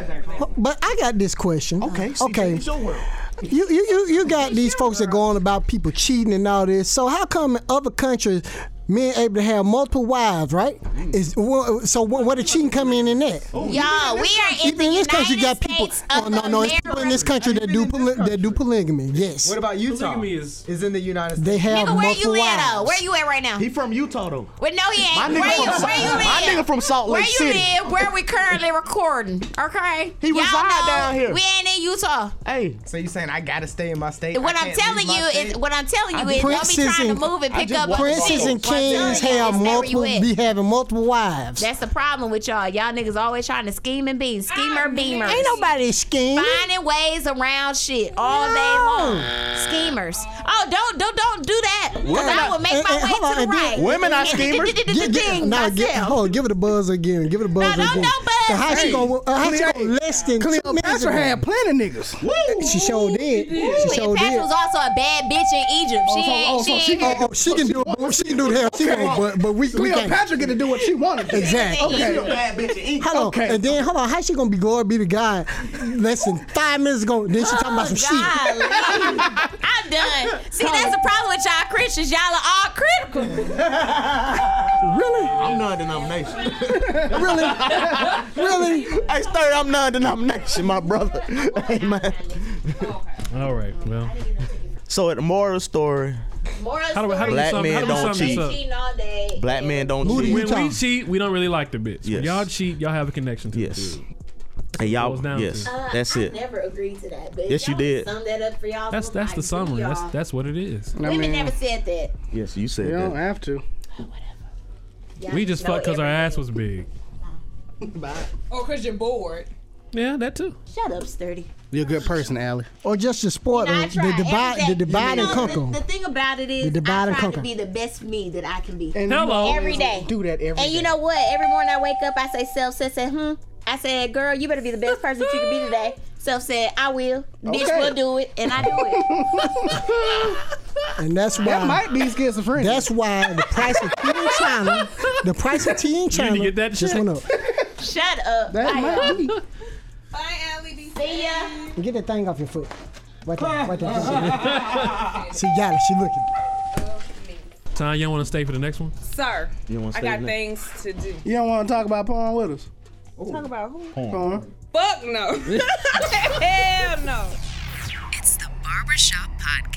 [SPEAKER 1] but I got this question.
[SPEAKER 6] Okay. see,
[SPEAKER 1] Okay.
[SPEAKER 6] it's your world.
[SPEAKER 1] You you you, you got these folks that go on about people cheating and all this. So how come in other countries men able to have multiple wives, right? Is wha- so wha- where did cheating come in in that?
[SPEAKER 3] Y'all, we are in
[SPEAKER 1] Even
[SPEAKER 3] the
[SPEAKER 1] in this
[SPEAKER 3] United
[SPEAKER 1] country, you got people.
[SPEAKER 3] States
[SPEAKER 1] Oh
[SPEAKER 3] of
[SPEAKER 1] no, no, it's people in this
[SPEAKER 3] America.
[SPEAKER 1] country that do poly- that do polygamy. Yes,
[SPEAKER 10] What about Utah?
[SPEAKER 4] Polygamy is-
[SPEAKER 10] Is in the United States.
[SPEAKER 1] they have
[SPEAKER 3] Nigga, where
[SPEAKER 1] multiple
[SPEAKER 3] you at? though?
[SPEAKER 1] wives.
[SPEAKER 3] Where you at right now?
[SPEAKER 6] He from Utah though.
[SPEAKER 3] Well, no, he ain't.
[SPEAKER 6] My nigga
[SPEAKER 3] where you,
[SPEAKER 6] from-
[SPEAKER 3] where you live?
[SPEAKER 6] my nigga from Salt Lake
[SPEAKER 3] Where
[SPEAKER 6] City.
[SPEAKER 3] you live? Where we currently recording? Okay.
[SPEAKER 6] He
[SPEAKER 3] Y'all
[SPEAKER 6] reside
[SPEAKER 3] know
[SPEAKER 6] down here.
[SPEAKER 3] We ain't in Utah.
[SPEAKER 6] Hey,
[SPEAKER 10] So you saying I gotta stay in my state?
[SPEAKER 3] What
[SPEAKER 10] I
[SPEAKER 3] I'm
[SPEAKER 10] can't
[SPEAKER 3] telling
[SPEAKER 10] leave my
[SPEAKER 3] you
[SPEAKER 10] state?
[SPEAKER 3] is, what I'm telling you
[SPEAKER 1] I
[SPEAKER 3] is, don't be
[SPEAKER 1] Princes
[SPEAKER 3] trying to
[SPEAKER 1] and-
[SPEAKER 3] move and pick
[SPEAKER 6] just
[SPEAKER 3] up. what
[SPEAKER 6] watched-
[SPEAKER 1] Princes
[SPEAKER 3] you
[SPEAKER 1] and
[SPEAKER 3] see. What I'm telling
[SPEAKER 1] kings
[SPEAKER 3] you is
[SPEAKER 1] have
[SPEAKER 3] stay where you
[SPEAKER 1] multiple
[SPEAKER 3] at.
[SPEAKER 1] be having multiple wives.
[SPEAKER 3] That's the problem with y'all. Y'all niggas always trying to scheme and be schemer beamers.
[SPEAKER 1] Ain't nobody scheming.
[SPEAKER 3] finding ways around shit all day long. Schemers. Oh, don't don't don't do that. 'cause
[SPEAKER 6] Women
[SPEAKER 3] I
[SPEAKER 6] are-
[SPEAKER 3] would make
[SPEAKER 1] and-
[SPEAKER 3] my
[SPEAKER 1] and hold on,
[SPEAKER 3] way to
[SPEAKER 1] and
[SPEAKER 3] the
[SPEAKER 1] then-
[SPEAKER 3] right.
[SPEAKER 6] women are schemers?
[SPEAKER 1] Get- get-
[SPEAKER 3] Ding
[SPEAKER 1] nah, get-
[SPEAKER 3] myself.
[SPEAKER 1] hold on, give it a buzz again. Give it a buzz
[SPEAKER 3] don't-
[SPEAKER 1] again.
[SPEAKER 3] don't buzz.
[SPEAKER 1] Now, How she
[SPEAKER 2] Hey,
[SPEAKER 1] gonna? Uh, how she
[SPEAKER 2] Cleo-
[SPEAKER 1] gonna less than two minutes ago?
[SPEAKER 2] Cleopatra had plenty of niggas.
[SPEAKER 1] She sure did. She sure
[SPEAKER 3] Cleopatra
[SPEAKER 1] did.
[SPEAKER 3] was also a bad bitch in Egypt. She ain't.
[SPEAKER 2] oh,
[SPEAKER 3] she
[SPEAKER 2] so
[SPEAKER 3] ain't
[SPEAKER 2] she
[SPEAKER 3] had-
[SPEAKER 1] Oh, oh, she can do it. She can do the hell she want, but but we we can't.
[SPEAKER 2] Cleopatra get to do what she wanted. to.
[SPEAKER 1] Exactly.
[SPEAKER 2] Okay.
[SPEAKER 1] Hold on.
[SPEAKER 2] Okay.
[SPEAKER 1] And then hold on. How she gonna be glory be to God? Less than five minutes ago, then she talking
[SPEAKER 3] Oh,
[SPEAKER 1] about some shit.
[SPEAKER 3] Golly. Oh, I'm done. See, that's the problem with y'all Christians. Y'all are all critical.
[SPEAKER 1] Really,
[SPEAKER 6] I'm non-denomination.
[SPEAKER 1] really, really.
[SPEAKER 6] hey, Sturdy, I'm non-denomination, my brother. Amen.
[SPEAKER 4] All right. Well,
[SPEAKER 6] So at the moral story,
[SPEAKER 3] Morals
[SPEAKER 4] how do we, how do we
[SPEAKER 6] Black
[SPEAKER 4] sum, how
[SPEAKER 6] men
[SPEAKER 4] do we
[SPEAKER 6] don't
[SPEAKER 4] sum this
[SPEAKER 6] cheat.
[SPEAKER 4] up?
[SPEAKER 3] cheating all day.
[SPEAKER 6] black men don't
[SPEAKER 1] Who do
[SPEAKER 6] cheat.
[SPEAKER 1] you-
[SPEAKER 4] When we
[SPEAKER 1] Utah.
[SPEAKER 4] cheat, we don't really like the bitch. When
[SPEAKER 6] Yes.
[SPEAKER 4] y'all cheat, y'all have a connection to
[SPEAKER 6] Yes.
[SPEAKER 4] the bitch.
[SPEAKER 6] Hey,
[SPEAKER 4] Goes
[SPEAKER 6] y'all.
[SPEAKER 4] down
[SPEAKER 6] Yes,
[SPEAKER 4] to-
[SPEAKER 3] Uh,
[SPEAKER 6] that's
[SPEAKER 3] I
[SPEAKER 6] it.
[SPEAKER 3] never agreed to that. But
[SPEAKER 6] Yes,
[SPEAKER 3] if
[SPEAKER 6] you
[SPEAKER 3] y'all would
[SPEAKER 6] did.
[SPEAKER 3] Sum that up for y'all.
[SPEAKER 4] That's that's
[SPEAKER 3] I
[SPEAKER 4] the
[SPEAKER 3] agree
[SPEAKER 4] summary. That's
[SPEAKER 3] y'all.
[SPEAKER 4] that's what it is.
[SPEAKER 2] I
[SPEAKER 3] Women
[SPEAKER 2] mean,
[SPEAKER 3] never said that.
[SPEAKER 6] Yes, you said
[SPEAKER 2] You don't
[SPEAKER 6] that.
[SPEAKER 2] have to.
[SPEAKER 3] Y'all
[SPEAKER 4] We just
[SPEAKER 3] know
[SPEAKER 4] fucked because our
[SPEAKER 3] everything.
[SPEAKER 4] ass was big.
[SPEAKER 9] Or cause you're bored.
[SPEAKER 4] Yeah, that too.
[SPEAKER 3] Shut up, sturdy.
[SPEAKER 2] You're a good person, Allie.
[SPEAKER 1] Or just the sport,
[SPEAKER 3] I
[SPEAKER 1] of
[SPEAKER 3] tried
[SPEAKER 1] the divide, the
[SPEAKER 3] everything.
[SPEAKER 1] divide
[SPEAKER 3] You
[SPEAKER 1] and
[SPEAKER 3] know,
[SPEAKER 1] conquer.
[SPEAKER 3] The, the thing about it is,
[SPEAKER 1] The divide
[SPEAKER 3] I
[SPEAKER 1] and
[SPEAKER 3] try to
[SPEAKER 1] conquer.
[SPEAKER 3] be the best me that I can be.
[SPEAKER 2] And you
[SPEAKER 4] Hello.
[SPEAKER 2] always
[SPEAKER 3] Every day.
[SPEAKER 2] Do that every
[SPEAKER 3] And you
[SPEAKER 2] day.
[SPEAKER 3] know what? Every morning I wake up, I say, self said, said, hmm. I said, girl, you better be the best person that you can be today. Self said, I will. Bitch
[SPEAKER 2] Okay.
[SPEAKER 3] will do it. And I do it.
[SPEAKER 1] And that's why.
[SPEAKER 2] that might be schizophrenia.
[SPEAKER 1] That's why the price of tea in China, the price of tea in China,
[SPEAKER 4] get that
[SPEAKER 1] just
[SPEAKER 4] check.
[SPEAKER 1] went up.
[SPEAKER 3] Shut up.
[SPEAKER 2] that
[SPEAKER 3] Bye, y'all.
[SPEAKER 2] might be.
[SPEAKER 3] See ya.
[SPEAKER 1] Get that thing off your foot. Right there, right there. she got it. She looking.
[SPEAKER 4] Time y'all want to stay for the next one?
[SPEAKER 9] Sir,
[SPEAKER 6] You want
[SPEAKER 9] I got things to do.
[SPEAKER 2] You don't want to talk about porn with us.
[SPEAKER 9] Talk about who?
[SPEAKER 2] Porn.
[SPEAKER 9] Fuck no. Hell no.
[SPEAKER 7] It's the Barbershop Podcast.